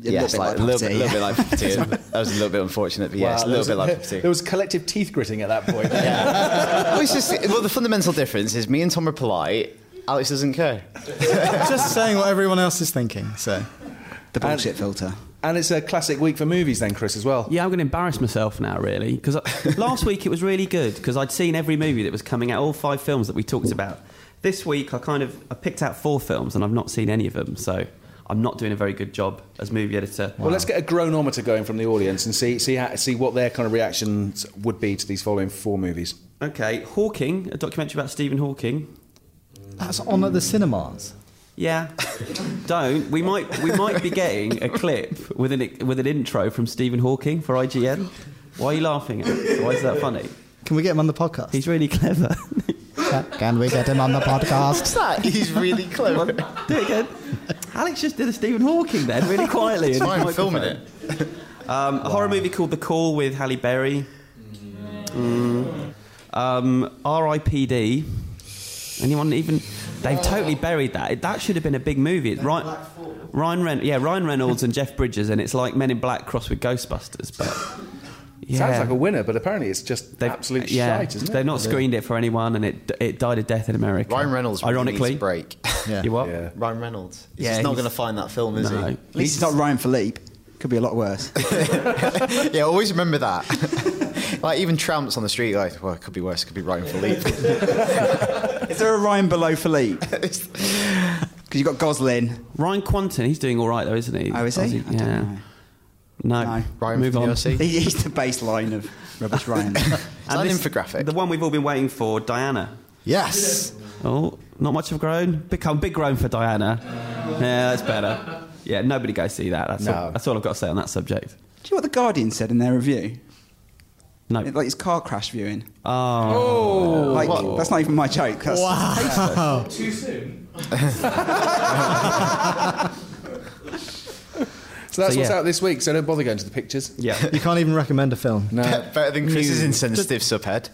S4: Yes,
S3: bit
S4: like,
S3: like
S4: a little,
S3: puppeteer,
S4: bit- little bit like puppeteer. that was a little bit unfortunate, but yes,
S1: Wow,
S4: a little
S1: there
S4: bit
S1: was-
S4: like puppeteer.
S1: There was collective teeth gritting at that point.
S4: well, it's just, well, the fundamental difference is me and Tom are polite. Alex doesn't care.
S2: Just saying what everyone else is thinking. So,
S3: The bullshit filter.
S1: And it's a classic week for movies, then, Chris, as well.
S7: Yeah, I'm going to embarrass myself now, really, because last week it was really good because I'd seen every movie that was coming out, all five films that we talked about. This week, I kind of I picked out four films and I've not seen any of them, so I'm not doing a very good job as movie editor.
S1: Well, let's get a gronometer going from the audience and see see how, see what their kind of reactions would be to these following four movies.
S7: Okay, Hawking, a documentary about Stephen Hawking.
S2: that's on at the cinemas.
S7: Yeah, don't. We might we might be getting a clip with an with an intro from Stephen Hawking for IGN. Why are you laughing? at me? Why is that funny?
S2: Can we get him on the podcast?
S7: He's really clever.
S2: Can we get him on the podcast?
S4: He's really clever.
S7: Do it again. Alex just did a Stephen Hawking then, really quietly.
S4: It's
S7: in
S4: fine,
S7: the
S4: I'm filming
S7: microphone. Um, A horror movie called The Call with Halle Berry. Mm. Um, R.I.P.D. Anyone even? They've totally buried that. It, that should have been a big movie. It's Ryan, Ryan, Ren- yeah, Ryan Reynolds and Jeff Bridges, and it's like Men in Black crossed with Ghostbusters. But yeah.
S1: Sounds like a winner, but apparently it's just absolute
S7: yeah,
S1: shite, isn't it?
S7: They've not screened it for anyone, and it it died a death in America.
S4: Ryan Reynolds. really needs
S7: ironically,
S4: a break.
S7: you what?
S1: Yeah.
S4: Ryan Reynolds. He's
S7: Yeah,
S4: just not
S7: he's-
S4: going to find that film, is
S7: No.
S3: At least it's not Ryan Philippe. Could be a lot worse.
S4: he? Yeah, always remember that. like even tramps on the street, like, well, it could be worse. It could be Ryan Philippe.
S3: Is there a Ryan below Philippe? Because you've got Goslin.
S7: Ryan Quanton, he's doing all right though, isn't he?
S3: Oh, is he?
S7: Aussie,
S3: I don't
S7: yeah.
S3: know.
S7: No.
S4: Ryan
S7: Move
S4: from
S7: on.
S4: the OC.
S3: He- He's the baseline of Rubbish Ryan.
S4: Is that an infographic?
S7: The one we've all been waiting for, Diana.
S4: yes.
S7: Oh, not much of grown. Become big grown for Diana. Yeah, that's better. Yeah, nobody go see that. That's, all,
S4: No.
S7: that's all I've got to say on that subject.
S3: Do you know what The Guardian said in their review?
S7: No.
S3: It- Like it's car crash viewing.
S7: Oh,
S3: Like, that's not even my joke. That's,
S1: So that's
S7: So,
S1: what's
S7: yeah.
S1: out this week. So don't bother going to the pictures.
S7: yeah.
S2: You can't even recommend a film.
S1: No.
S4: Better than Chris's insensitive subhead.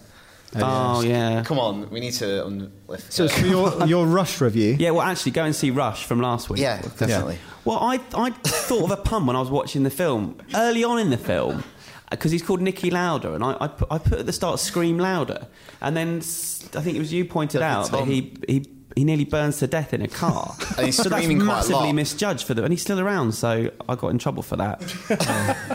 S7: Oh, yeah.
S4: Come on, we need to unlift.
S2: So it's for your, your Rush review.
S7: Yeah, well, actually, go and see Rush from last week.
S4: yeah, definitely.
S7: Well, I, I thought of a pun when I was watching the film, early on in the film, because he's called Nicky Louder, and I, I, put, I put at the start Scream Louder, and then s- I think it was you pointed out that
S4: Tom.
S7: he, he, he nearly burns to death in a car.
S4: And he's
S7: so that's
S4: screaming quite a
S7: massively
S4: lot.
S7: misjudged for them, and he's still around, so I got in trouble for that.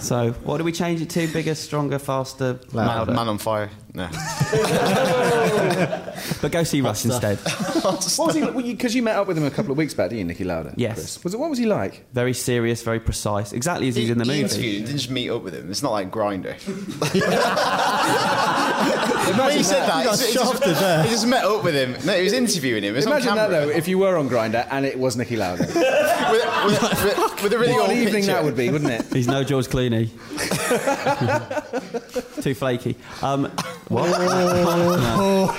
S7: so what do we change it to? Bigger, stronger, faster,
S4: Man,
S7: louder.
S4: man on fire. No.
S7: But go see Rush instead.
S1: What was he? Because you, 'cause you met up with him a couple of weeks back, didn't you, Nicky Lauder?
S7: Yes.
S1: Chris? Was it? What was he like?
S7: Very serious, very precise, exactly as he's in the
S4: He
S7: movie.
S4: interviewed him, didn't just meet up with him. It's not like Grinder. when you said that, he just, he just met up with him. No, he was interviewing him. It was
S1: Imagine
S4: on
S1: that
S4: camera.
S1: though. If you were on Grinder and it was Nicky Lauder,
S4: with, a- with, a- with, a- with a really
S1: what
S4: old
S1: an evening
S4: picture.
S1: that would be, wouldn't it?
S7: He's no George Clooney. Too flaky. Um, what? No.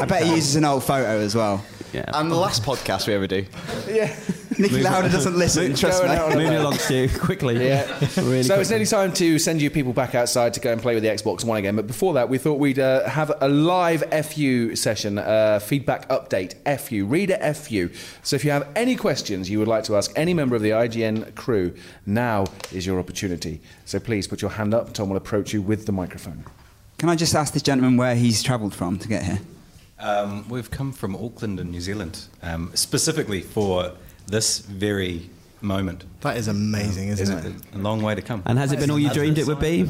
S3: I bet he uses an old photo as well.
S7: Yeah.
S4: And the last podcast we ever do.
S3: Nicky Lauder doesn't listen. Trust
S1: Going
S3: me.
S1: out on a
S7: Moving along, Stu, quickly.
S1: Yeah. so
S7: Really
S1: it's
S7: quickly.
S1: nearly time to send you people back outside to go and play with the Xbox One again. But before that, we thought we'd uh, have a live FU session, uh, feedback update, FU, reader FU. So if you have any questions you would like to ask any member of the IGN crew, now is your opportunity. So please put your hand up. Tom will approach you with the microphone.
S3: Can I just ask this gentleman where he's travelled from to get here?
S6: Um, we've come from Auckland and New Zealand um, specifically for this very moment.
S2: That is amazing, isn't,
S6: There's
S2: it?
S6: A, a long way to come.
S7: And has it been all you dreamed it would be?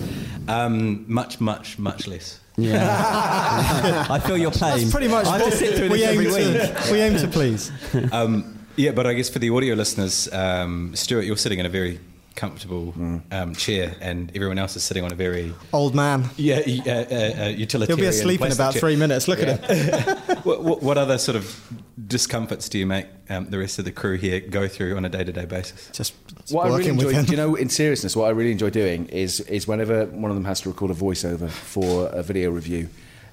S6: Um, much, much, much less.
S7: Yeah. I feel your pain.
S2: That's pretty much
S7: I have
S2: what
S7: to sit through this
S2: we,
S7: every
S2: aim
S7: week.
S2: to, we aim to please.
S6: Um, yeah, but I guess for the audio listeners, um, Stuart, you're sitting in a very comfortable
S2: Mm.
S6: um, chair, and everyone else is sitting on a very
S2: Old man.
S6: yeah uh, uh, uh, utilitarian.
S2: He'll be asleep in
S6: plastic
S2: about
S6: chair.
S2: three minutes. Look at him.
S6: what, what, what other sort of discomforts do you make um, the rest of the crew here go through on a day-to-day basis?
S2: Just
S1: What I really
S2: working
S1: enjoy,
S2: with him.
S1: do you know, in seriousness, what I really enjoy doing is is whenever one of them has to record a voiceover for a video review,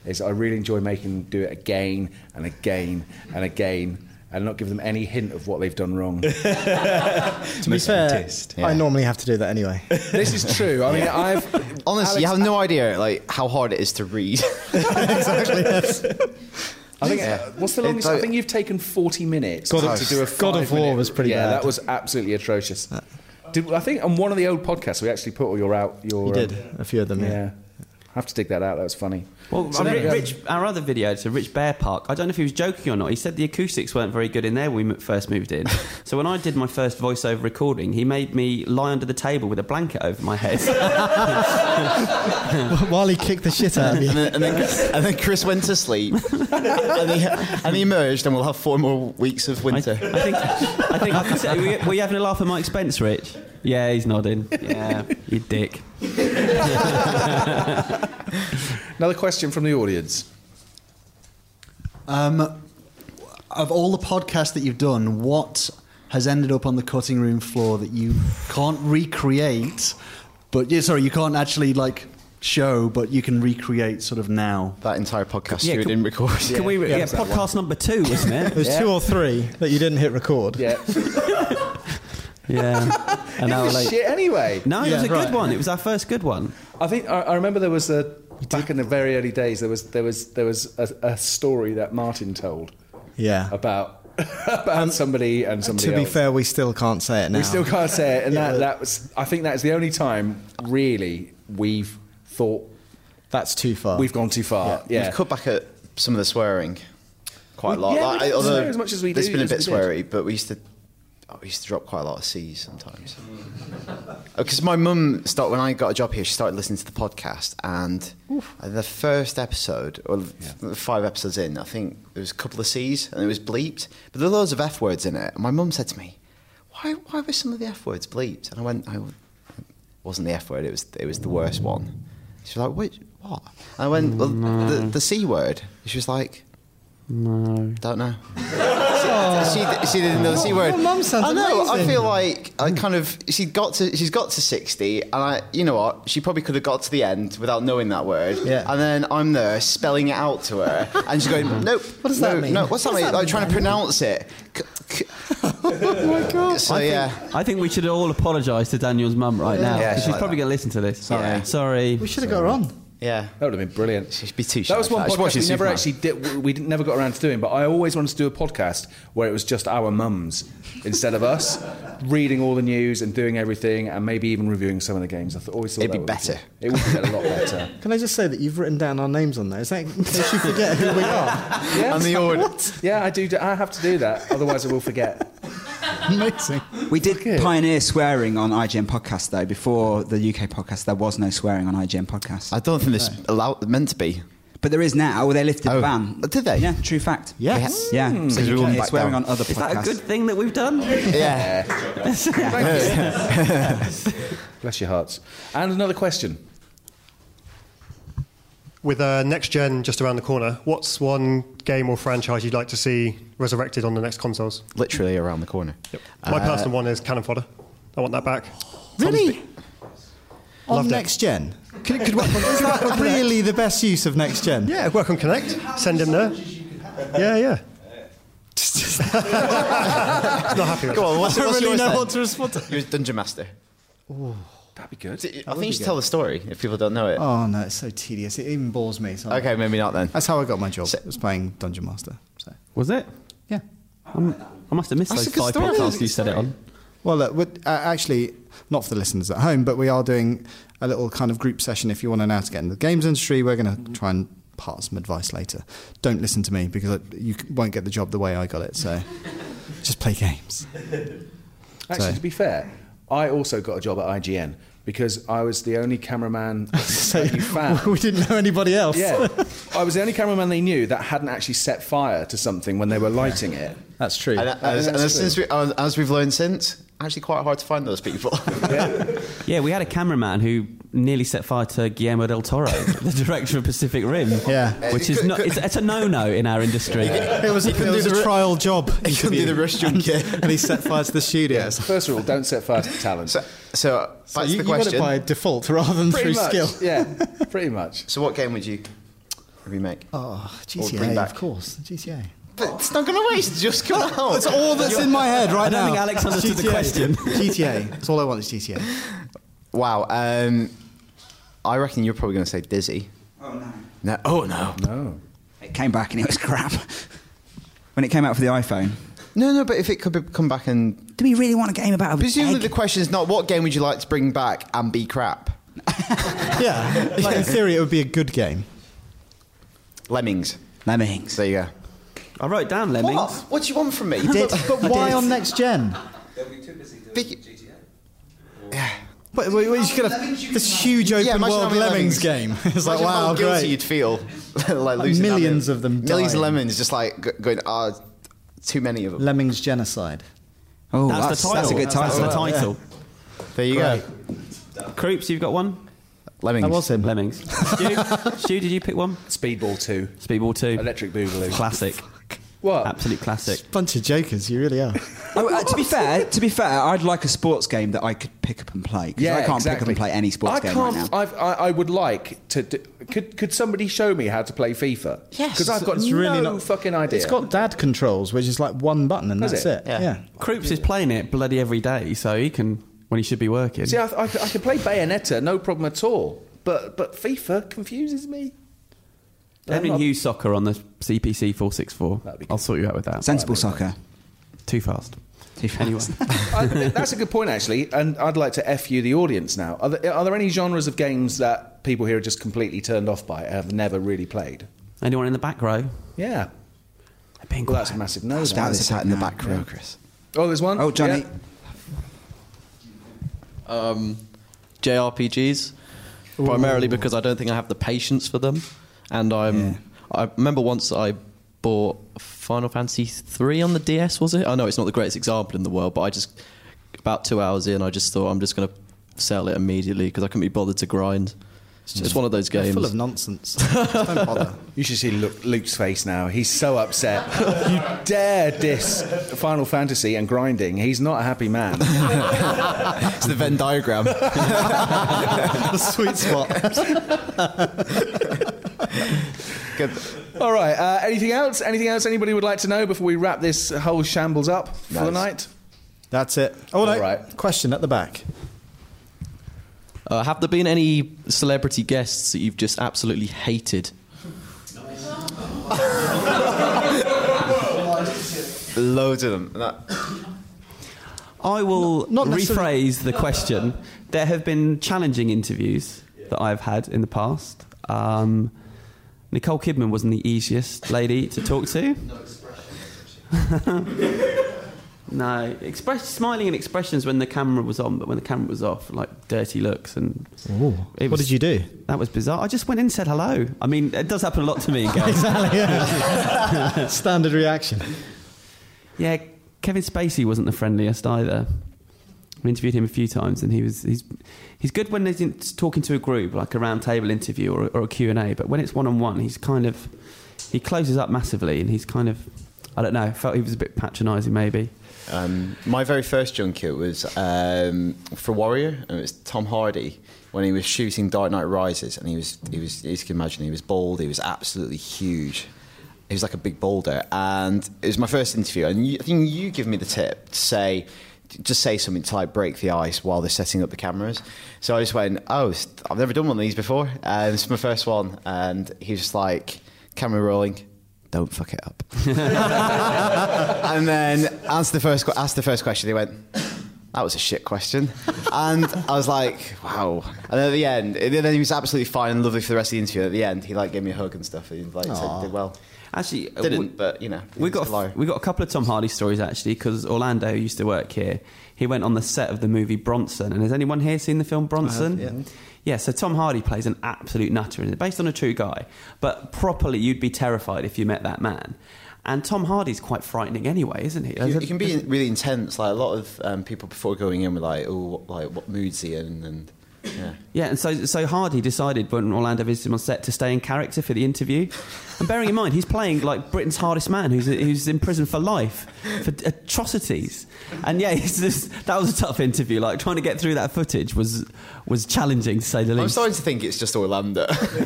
S1: is I really enjoy making them do it again and again and again and not give them any hint of what they've done wrong.
S2: to be fair,
S6: test,
S2: I normally have to do that anyway.
S1: this is true. I mean, I've
S4: Honestly, you have no idea like how hard it is to read.
S2: exactly. Yes.
S1: I think uh,
S4: Yeah.
S1: what's the longest?
S4: It's like-
S1: I think you've taken forty minutes
S2: God of-
S1: to do a five
S2: God of War
S1: minute-
S2: was pretty
S1: Yeah,
S2: bad.
S1: that was absolutely atrocious. Did, I think on one of the old podcasts we actually put all your out your um,
S2: You did a few of them.
S1: yeah.
S2: Yeah.
S1: I have to dig that out. That was funny.
S7: Well,
S1: So
S7: Ri-
S1: there we go.
S7: Rich, our other video to Rich Bear Park. I don't know if he was joking or not. He said the acoustics weren't very good in there when we m- first moved in. so when I did my first voiceover recording, he made me lie under the table with a blanket over my head.
S2: While he kicked the shit out of
S4: and,
S2: you.
S4: then, and, then, and then Chris went to sleep, and he, and he emerged, and we'll have four more weeks of
S7: I, I
S4: winter.
S7: think. I think. I can say, were, you, were you having a laugh at my expense, Rich? Yeah, he's nodding. Yeah, you dick.
S1: Another question from the audience.
S8: Um, of all the podcasts that you've done, what has ended up on the cutting room floor that you can't recreate, but yeah, sorry, you can't actually like show, but you can recreate sort of now?
S4: that entire podcast
S7: Yeah,
S4: Stuart
S7: can-
S4: didn't record.
S7: Can we? Yeah, podcast number two, isn't
S2: It
S7: it?
S2: was two or three that you didn't hit record.
S1: Yeah.
S7: yeah, an hour late.
S1: Shit, anyway.
S7: No, it
S2: Yeah,
S7: was a
S2: right.
S7: good one. It was our first good one.
S1: I think I, I remember there was a back in the very early days. There was there was there was a, a story that Martin told
S2: Yeah.
S1: about about somebody and somebody.
S2: Um, To be
S1: else.
S2: fair, we still can't say it now.
S1: we still can't say it, and that, that was. I think that's the only time really we've thought
S2: That's too
S4: Oh.
S2: far.
S1: we've gone too far. Yeah.
S4: We've cut back at some of the swearing quite a lot.
S1: yeah, we
S4: Like,
S1: don't
S4: although
S1: swear as much as we
S4: It's
S1: do
S4: been a
S1: as
S4: bit
S1: we did.
S4: sweary, but we used to I used to drop quite a lot of C's sometimes. Because my mum started when I got a job here, she started listening to the podcast, and the first episode or f- five episodes in, I think there was a couple of C's and it was bleeped, but there were loads of F words in it. And my mum said to me, "Why, why were some of the F words bleeped?" And I went, "I it wasn't the F word. It was it was the worst one." She was like, "Which what?" And I went, well,
S2: Mm,
S4: the, the C word." She was like,
S7: No.
S4: "Don't know." she, she didn't know the C
S2: Your-
S4: word.
S2: your mum sounds
S4: I know. I
S2: amazing.
S4: feel like I kind of she got to she's got to sixty, and I you know what she probably could have got to the end without knowing that word.
S2: Yeah.
S4: And then I'm there spelling it out to her, and she's going, nope.
S2: What does
S4: no,
S2: that mean?
S4: No, what's that
S2: What does
S4: mean?
S2: that
S4: like
S2: mean,
S4: trying to
S2: then?
S4: pronounce it. C- c-
S2: Oh
S4: So yeah,
S7: I think we should all apologise to Daniel's mum right now.
S4: Yeah,
S7: 'cause she's
S4: like
S7: probably going to listen to this.
S4: Sorry.
S7: Yeah. Sorry.
S2: We should have got her on.
S4: yeah.
S1: That would have been brilliant.
S4: She'd be too shy
S1: That was
S4: for
S1: one
S4: that. She's
S1: podcast
S4: watching
S1: we never
S4: Superman.
S1: actually did. We didn't, never got around to doing, but I always wanted to do a podcast where it was just our mums instead of us reading all the news and doing everything, and maybe even reviewing some of the games. I th- always thought
S4: It'd
S1: that
S4: be
S1: would
S4: better.
S1: good. It would be a lot better.
S2: Can I just say that you've written down our names on there? Is that in case you forget who we are?
S1: Yeah,
S4: And the order.
S1: yeah, I do, do. I have to do that, otherwise I will forget.
S2: Amazing.
S3: We did pioneer swearing on IGN podcast though. Before the UK podcast, there was no swearing on IGN podcast,
S4: I don't think this allowed meant to be.
S3: but there is now. Well, they lifted
S4: Oh.
S3: the ban.
S4: Did they?
S3: Yeah, true fact.
S4: Yes. Hmm.
S3: Yeah. So
S4: Because we
S3: you
S4: wouldn't
S3: can
S4: back
S3: swearing
S4: down.
S3: on other podcasts.
S7: Is that a good thing that we've done?
S4: Yeah.
S1: Bless your hearts. And another question.
S5: With uh, next gen just around the corner, what's one game or franchise you'd like to see resurrected on the next consoles?
S4: Literally around the corner.
S5: My
S1: Uh,
S5: personal one is Cannon Fodder. I want that back.
S2: Really? On
S5: Loved it.
S2: next gen? Could, could, is that really the best use of next gen?
S5: Yeah, work on Connect. Send him there. Yeah, yeah. Not happy with
S4: Go
S5: it.
S4: on. What's,
S2: I don't
S4: what's
S2: really
S4: yours
S2: know
S4: then?
S2: what to respond to.
S4: He was dungeon master.
S1: That'd be good.
S4: I think you should tell the story if people don't know it.
S2: Oh no, it's so tedious. It even bores me. So
S4: Okay, maybe not then.
S2: That's how I got my job.
S4: So-
S2: was playing Dungeon Master. So
S7: Was it?
S2: yeah.
S7: I'm, I must have missed
S4: That's a
S7: those
S4: good
S7: five
S4: story.
S7: podcasts you said it on.
S2: Well, look, we're- uh, actually, not for the listeners at home, but we are doing a little kind of group session. If you want to now to get in the games industry, we're going to try and part some advice later. Don't listen to me because I, you c- won't get the job the way I got it. So just play games.
S1: Actually,
S2: So-
S1: to be fair, I also got a job at IGN because I was the only cameraman that you found.
S2: we didn't know anybody else.
S1: Yeah, I was the only cameraman they knew that hadn't actually set fire to something when they were lighting it.
S10: That's true.
S3: uh,
S4: And, as, and as, since we, uh, as we've learned since, actually quite hard to find those people.
S7: Yeah, we had a cameraman who nearly set fire to Guillermo del Toro, the director of Pacific Rim.
S2: Yeah.
S7: Which is not, it's, it's a no no in our industry.
S2: It was, it was a trial job.
S4: you couldn't do the rush jump kit.
S2: and he set fire to the studio. So,
S1: First of all, don't set fire to talent.
S4: So, so back to the
S2: you, you got it
S4: question.
S2: by default rather than
S1: pretty
S2: through
S1: much,
S2: skill.
S1: yeah, pretty much.
S4: So what game would you remake?
S2: Oh,
S4: bring
S2: GTA,
S4: back.
S2: of course. GTA.
S4: But it's not going to waste. It's Just come out.
S2: That's all that's in my head right
S7: I don't
S2: now.
S7: think Alex understood the
S2: GTA.
S7: question.
S2: GTA. That's all I want is GTA.
S4: Wow. Um, I reckon you're probably going to say Dizzy.
S3: Oh no.
S4: No. Oh no.
S1: Oh,
S3: It came back and it was crap. when it came out for the iPhone,
S4: No, no. But if it could be, come back and
S3: do we really want a game about a
S4: presumably
S3: egg?
S4: the question is not what game would you like to bring back and be crap.
S2: Yeah. Like in theory, it would be a good game.
S4: Lemmings.
S3: Lemmings.
S4: There you go.
S7: I wrote down Lemmings.
S4: What? What do you want from me?
S2: But why on next gen?
S4: Big-
S2: But, but, but you could have this huge open
S4: imagine
S2: world
S4: how many
S2: lemmings, game. It's like
S4: Imagine
S2: wow,
S4: how guilty
S2: great.
S4: you'd feel like losing that
S2: millions
S4: many.
S2: of them
S4: Millions of
S2: dying.
S4: lemons, just like g- going, ah, too many of them.
S2: Lemmings genocide.
S3: Oh,
S7: That's,
S3: that's,
S7: the title.
S3: that's a good
S7: That's
S3: title.
S7: the title.
S4: there you
S2: Great.
S4: go,
S7: Croops, you've got one?
S4: lemmings.
S2: That was him.
S7: Lemmings. Stu, Stu, did you pick one?
S1: Speedball Two,
S7: Speedball 2.
S1: Electric Boogaloo.
S7: Classic.
S1: what?
S7: Absolute classic.
S2: Bunch of jokers, you really are.
S3: Oh, uh, to be fair, to be fair, I'd like a sports game that I could pick up and play. 'cause I can't pick up
S1: exactly.
S3: and play any sports
S1: I
S3: game
S1: can't,
S3: right now.
S1: I've, I, I would like to. Do, could could somebody show me how to play FIFA?
S4: Yes.
S1: because I've got
S2: It's
S1: no
S2: really not-
S1: fucking idea.
S2: It's got dad controls, which is like one button and
S1: Has
S2: that's
S1: it?
S4: Yeah.
S2: it. yeah.
S7: Croops is playing it bloody every day, so he can, when he should be working.
S1: See, I, I, I can play Bayonetta, no problem at all. But but FIFA confuses me.
S7: Henry
S1: I'm not-
S7: Hughes soccer on the CPC 464.
S1: That'd be good.
S7: I'll sort you out with that.
S3: Sensible soccer.
S7: Too fast.
S3: Too fast.
S7: Anyway.
S1: I, that's a good point actually, and I'd like to f you the audience now. Are there, are there any genres of games that people here are just completely turned off by? Have never really played?
S7: Anyone in the back row?
S1: Yeah,
S7: Being
S1: well, that's a
S7: quiet.
S1: massive no.
S3: That
S1: then.
S3: was
S4: Sat in the back
S3: Yeah.
S4: row, Chris.
S1: Oh, there's one.
S10: Oh, Johnny. Um, JRPGs, primarily because I don't think I have the patience for them, and I'm. I remember once I bought Final Fantasy three on the DS. Was it? I know it's not the greatest example in the world, but I just about two hours in, I just thought I'm just going to sell it immediately because I couldn't be bothered to grind. It's just one of those
S2: They're
S10: games.
S2: full of nonsense. Just don't bother.
S1: You should see Lu- Luke's face now. He's so upset. you dare diss Final Fantasy and grinding. He's not a happy man. it's
S4: the Venn diagram.
S1: the
S4: sweet spot.
S1: All right. Uh, anything else? Anything else anybody would like to know before we wrap this whole shambles up for the night?
S2: That's it. Oh, no.
S10: All
S1: right.
S2: Question at the back.
S10: Uh, have there been any celebrity guests that you've just absolutely hated?
S4: Loads of them. That-
S7: I will
S4: Not necessarily-
S7: rephrase the question. There have been challenging interviews that I've had in the past. Um, Nicole Kidman wasn't the easiest lady to talk to. No, express smiling and expressions when the camera was on, but when the camera was off, like dirty looks and.
S2: What did you do?
S7: That was bizarre. I just went in and said hello. I mean, it does happen a lot to me. guys.
S2: Exactly, yeah. Standard reaction.
S7: Yeah, Kevin Spacey wasn't the friendliest either. We interviewed him a few times, and he was he's he's good when he's in, talking to a group, like a round table interview or, or a Q and A. But when it's one on one, he's kind of he closes up massively, and he's kind of I don't know. I Felt he was a bit patronising, maybe.
S4: Um, my very first junket was um, for Warrior, and it was Tom Hardy when he was shooting Dark Knight Rises, and he was he was you can imagine he was bald, he was absolutely huge, he was like a big boulder, and it was my first interview, and you, I think you give me the tip to say. Just say something to like break the ice while they're setting up the cameras. So I just went, "Oh, st- I've never done one of these before. And it's my first one." And he was just like, "Camera rolling, don't fuck it up." and then asked the first asked the first question. He went, "That was a shit question," and I was like, "Wow!" And then at the end, and then he was absolutely fine and lovely for the rest of the interview. At the end, he like gave me a hug and stuff. And he like said,
S7: Aw.
S4: did well.
S7: Actually,
S4: didn't, but you know,
S7: We got we got a couple of Tom Hardy stories actually because Orlando who used to work here. He went on the set of the movie Bronson, and has anyone here seen the film Bronson?
S2: yeah.
S7: Yeah, so Tom Hardy plays an absolute nutter in it, based on a true guy. But properly, you'd be terrified if you met that man. And Tom Hardy's quite frightening anyway, isn't he? There's
S4: You,
S7: a-
S4: it can be really intense. Like a lot of um, people before going in were like, "Oh, what, like what mood's he in?" And yeah,
S7: Yeah, and so so Hardy decided when Orlando visited him on set to stay in character for the interview, and bearing in mind he's playing like Britain's hardest man, who's who's in prison for life for atrocities, and yeah, it's just, that was a tough interview. Like trying to get through that footage was was challenging to say the
S4: I'm
S7: least.
S4: starting to think it's just Orlando.
S2: Yeah,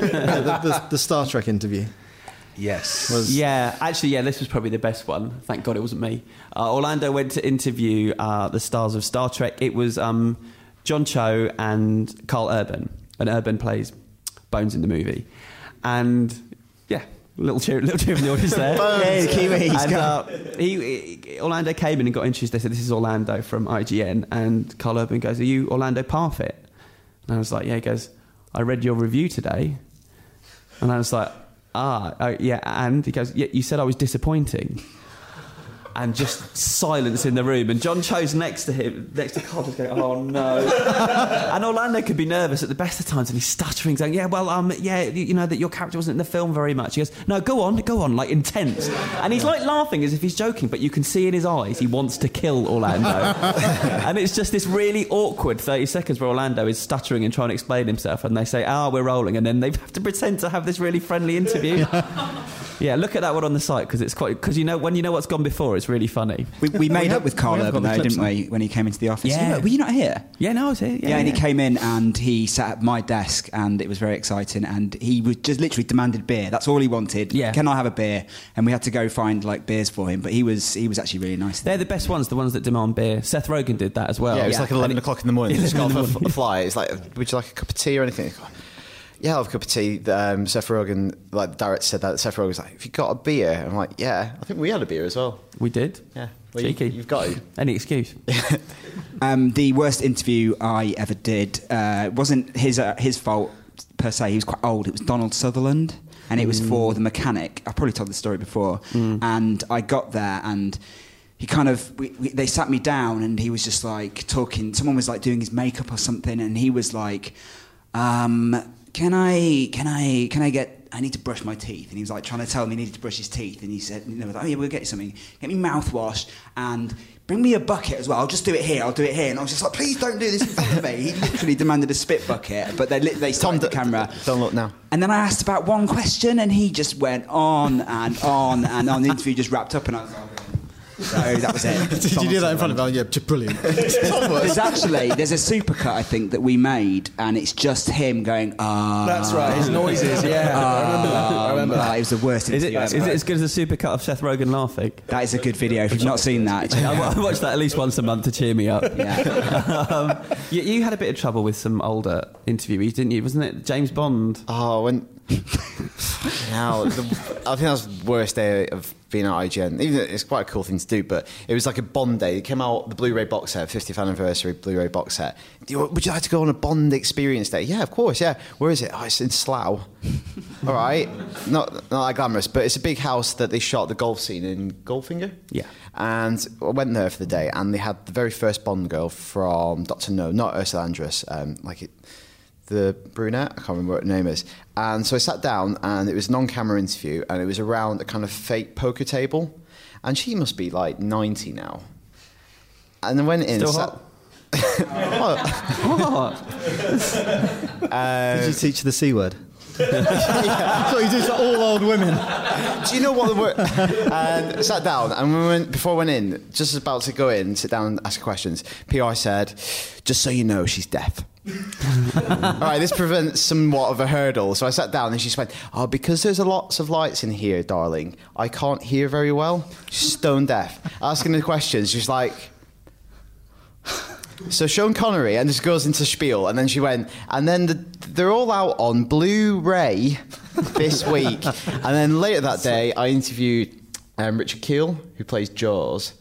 S2: the, the, the Star Trek interview.
S1: Yes.
S7: yeah, actually, yeah, this was probably the best one. Thank God it wasn't me. Uh, Orlando went to interview uh, the stars of Star Trek. It was um, John Cho and Carl Urban, and Urban plays Bones in the movie. And yeah, little cheer, little cheer from the audience there.
S3: Bones. Yay, Kiwi, he's
S7: and,
S3: gone.
S7: uh, he, he- Orlando came in and got introduced. They said, "This is Orlando from IGN," and Carl Urban goes, "Are you Orlando Parfit?" And I was like, "Yeah." He goes, "I read your review today." And I was like, ah, oh, yeah. And he goes, yeah, you said I was disappointing. And just silence in the room. And John Cho's next to him, next to Carl, just going, oh no. and Orlando could be nervous at the best of times, and he's stuttering, saying, yeah, well, um, yeah, you you know that your character wasn't in the film very much. He goes, no, go on, go on, like intense. And he's like laughing as if he's joking, but you can see in his eyes he wants to kill Orlando. and it's just this really awkward 30 seconds where Orlando is stuttering and trying to explain himself, and they say, ah, we're rolling, and then they have to pretend to have this really friendly interview. Yeah, look at that one on the site because it's quite because you know when you know what's gone before, it's really funny.
S3: We, we made
S7: have-
S3: up with
S7: we
S3: Carl
S7: have
S3: Urban
S7: got the
S3: though,
S7: clips
S3: didn't we? When he came into the office,
S7: Yeah.
S3: You were, were you not here?
S7: Yeah, no, I was here. Yeah,
S3: and he
S7: yeah.
S3: came in and he sat at my desk, and it was very exciting. And he was just literally demanded beer. That's all he wanted.
S7: Yeah.
S3: can I have a beer? And we had to go find like beers for him. But he was he was actually really nice.
S7: They're the best ones, the ones that demand beer. Seth Rogen did that as well.
S4: yeah, it was like eleven o'clock in the morning. Just got
S7: 11
S4: off a, a fly. It's like, would you like a cup of tea or anything? Yeah, I'll have a cup of tea. Um, Seth Rogen, like the director said that. Seth Rogen's like, have you got a beer? I'm like, yeah. I think we had a beer as well.
S7: We did.
S4: Yeah, well, you-
S7: Cheeky.
S4: you've got to.
S7: Any excuse.
S3: Um, the worst interview I ever did uh, wasn't his uh, his fault per se. He was quite old. It was Donald Sutherland,
S7: Mm.
S3: and it was for the mechanic. I've probably told this story before. And I got there, and he kind of we, we, they sat me down and he was just like talking someone was like doing his makeup or something and he was like um, can i can i can i get I need to brush my teeth, and he was like trying to tell me he needed to brush his teeth, and he said, and they were like, "Oh yeah, we'll get you something. Get me mouthwash and bring me a bucket as well. I'll just do it here. I'll do it here." And I was just like, "Please don't do this in front of me." He literally demanded a spit bucket, but they lit- they stopped the camera.
S4: Don't look now.
S3: And then I asked about one question, and he just went on and on and on. The interview just wrapped up, and I was like, so that was it.
S2: Did you do that in front of him? Yeah, brilliant.
S3: there's actually there's a supercut I think that we made, and it's just him going ah.
S1: That's right, his noises, yeah. I remember that, I remember
S3: um,
S1: that.
S3: ah, It was Ah, the worst.
S7: Is it,
S3: interview
S7: is
S3: ever.
S7: it as good as a supercut of Seth Rogen laughing?
S3: That is a good video. If you've not seen that,
S7: I wa- I watch that at least once a month to cheer me up.
S3: yeah.
S7: um, you, you had a bit of trouble with some older interviewees, didn't you? Wasn't it James Bond?
S4: Oh, when now the, I think that was the worst day of being at IGN. Even though it's quite a cool thing to do, but it was like a Bond day. It came out the Blu-ray box set, 50th anniversary Blu-ray box set. Do you, would you like to go on a Bond experience day? Yeah, of course. Yeah, where is it? Oh, it's in Slough. All right, not not that glamorous, but it's a big house that they shot the golf scene in Goldfinger.
S7: Yeah.
S4: and I went there for the day, and they had the very first Bond girl from Doctor No, not Ursula Andress, um, like it the brunette, I can't remember what her name is. And so I sat down and it was an on camera interview and it was around a kind of fake poker table. And she must be like 90 now. And I went in.
S7: Still
S4: sat-
S7: hot?
S4: Oh,
S7: What?
S4: uh,
S8: Did you teach her the C word?
S2: That's what you do to all old women.
S4: do you know what the word? and I sat down, and we went, before I went in, just about to go in, sit down and ask questions. PR said, "Just so you know, she's deaf." All right, this prevents somewhat of a hurdle. So I sat down, and she just went, "Oh, because there's a lots of lights in here, darling. I can't hear very well. She's stone deaf." Asking the questions, she's like. So Sean Connery and just goes into spiel, and then she went, and then the, they're all out on Blu-ray this week, and then later that day I interviewed um, Richard Keel, who plays Jaws,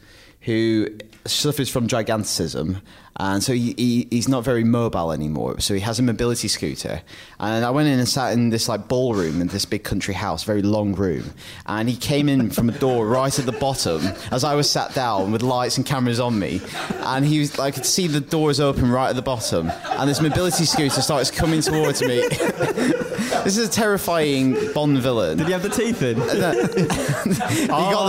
S4: who suffers from gigantism, and so he, he, he's not very mobile anymore. So he has a mobility scooter, and I went in and sat in this like ballroom in this big country house, very long room, and he came in from a door right at the bottom as I was sat down with lights and cameras on me, and he was I could see the doors open right at the bottom, and this mobility scooter starts coming towards me. this is a terrifying Bond villain. Uh,
S7: Did you have the teeth in? Oh.
S4: He
S10: Oh,
S4: got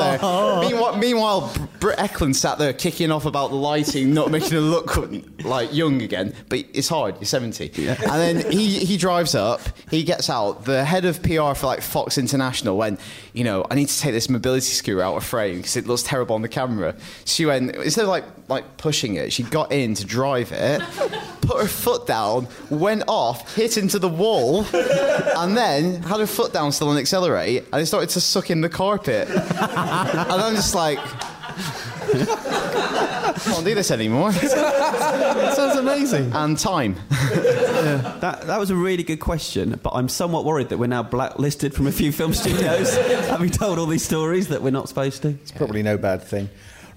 S4: there. Meanwhile, meanwhile Britt Eklund sat there kicking off about the lighting, not making her look like young again. But it's hard. You're 70. And then he, he drives up. He gets out. The head of PR for like Fox International went, you know, I need to take this mobility scooter out of frame because it looks terrible on the camera. She went instead of like like pushing it, she got in to drive it, put her foot down, went off, hit into the wall, and then had her foot down still on accelerate, and it started to suck in the carpet. And I'm just like, can't do this anymore.
S2: Sounds amazing.
S4: And time.
S7: That, that was a really good question, but I'm somewhat worried that we're now blacklisted from a few film studios, having told all these stories that we're not supposed to.
S1: Probably no bad thing.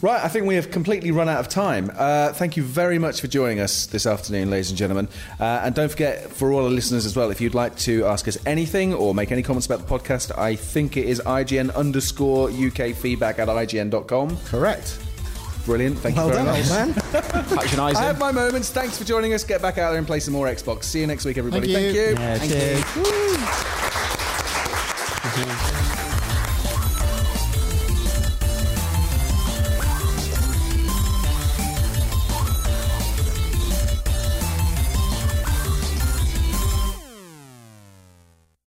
S1: Right, I think we have completely run out of time. Uh, thank you very much for joining us this afternoon, ladies and gentlemen. Uh, and don't forget, for all our listeners as well, if you'd like to ask us anything or make any comments about the podcast, I think it is IGN underscore UK feedback at IGN.com.
S2: Correct.
S1: Brilliant, thank
S2: Well
S1: you very
S2: done,
S1: much.
S2: old man.
S1: I
S4: Patronising.
S1: have my moments. Thanks for joining us. Get back out there and play some more Xbox. See you next week, everybody.
S2: Thank you.
S1: Thank you.
S7: Yeah,
S3: Thank
S7: cheers.
S3: you.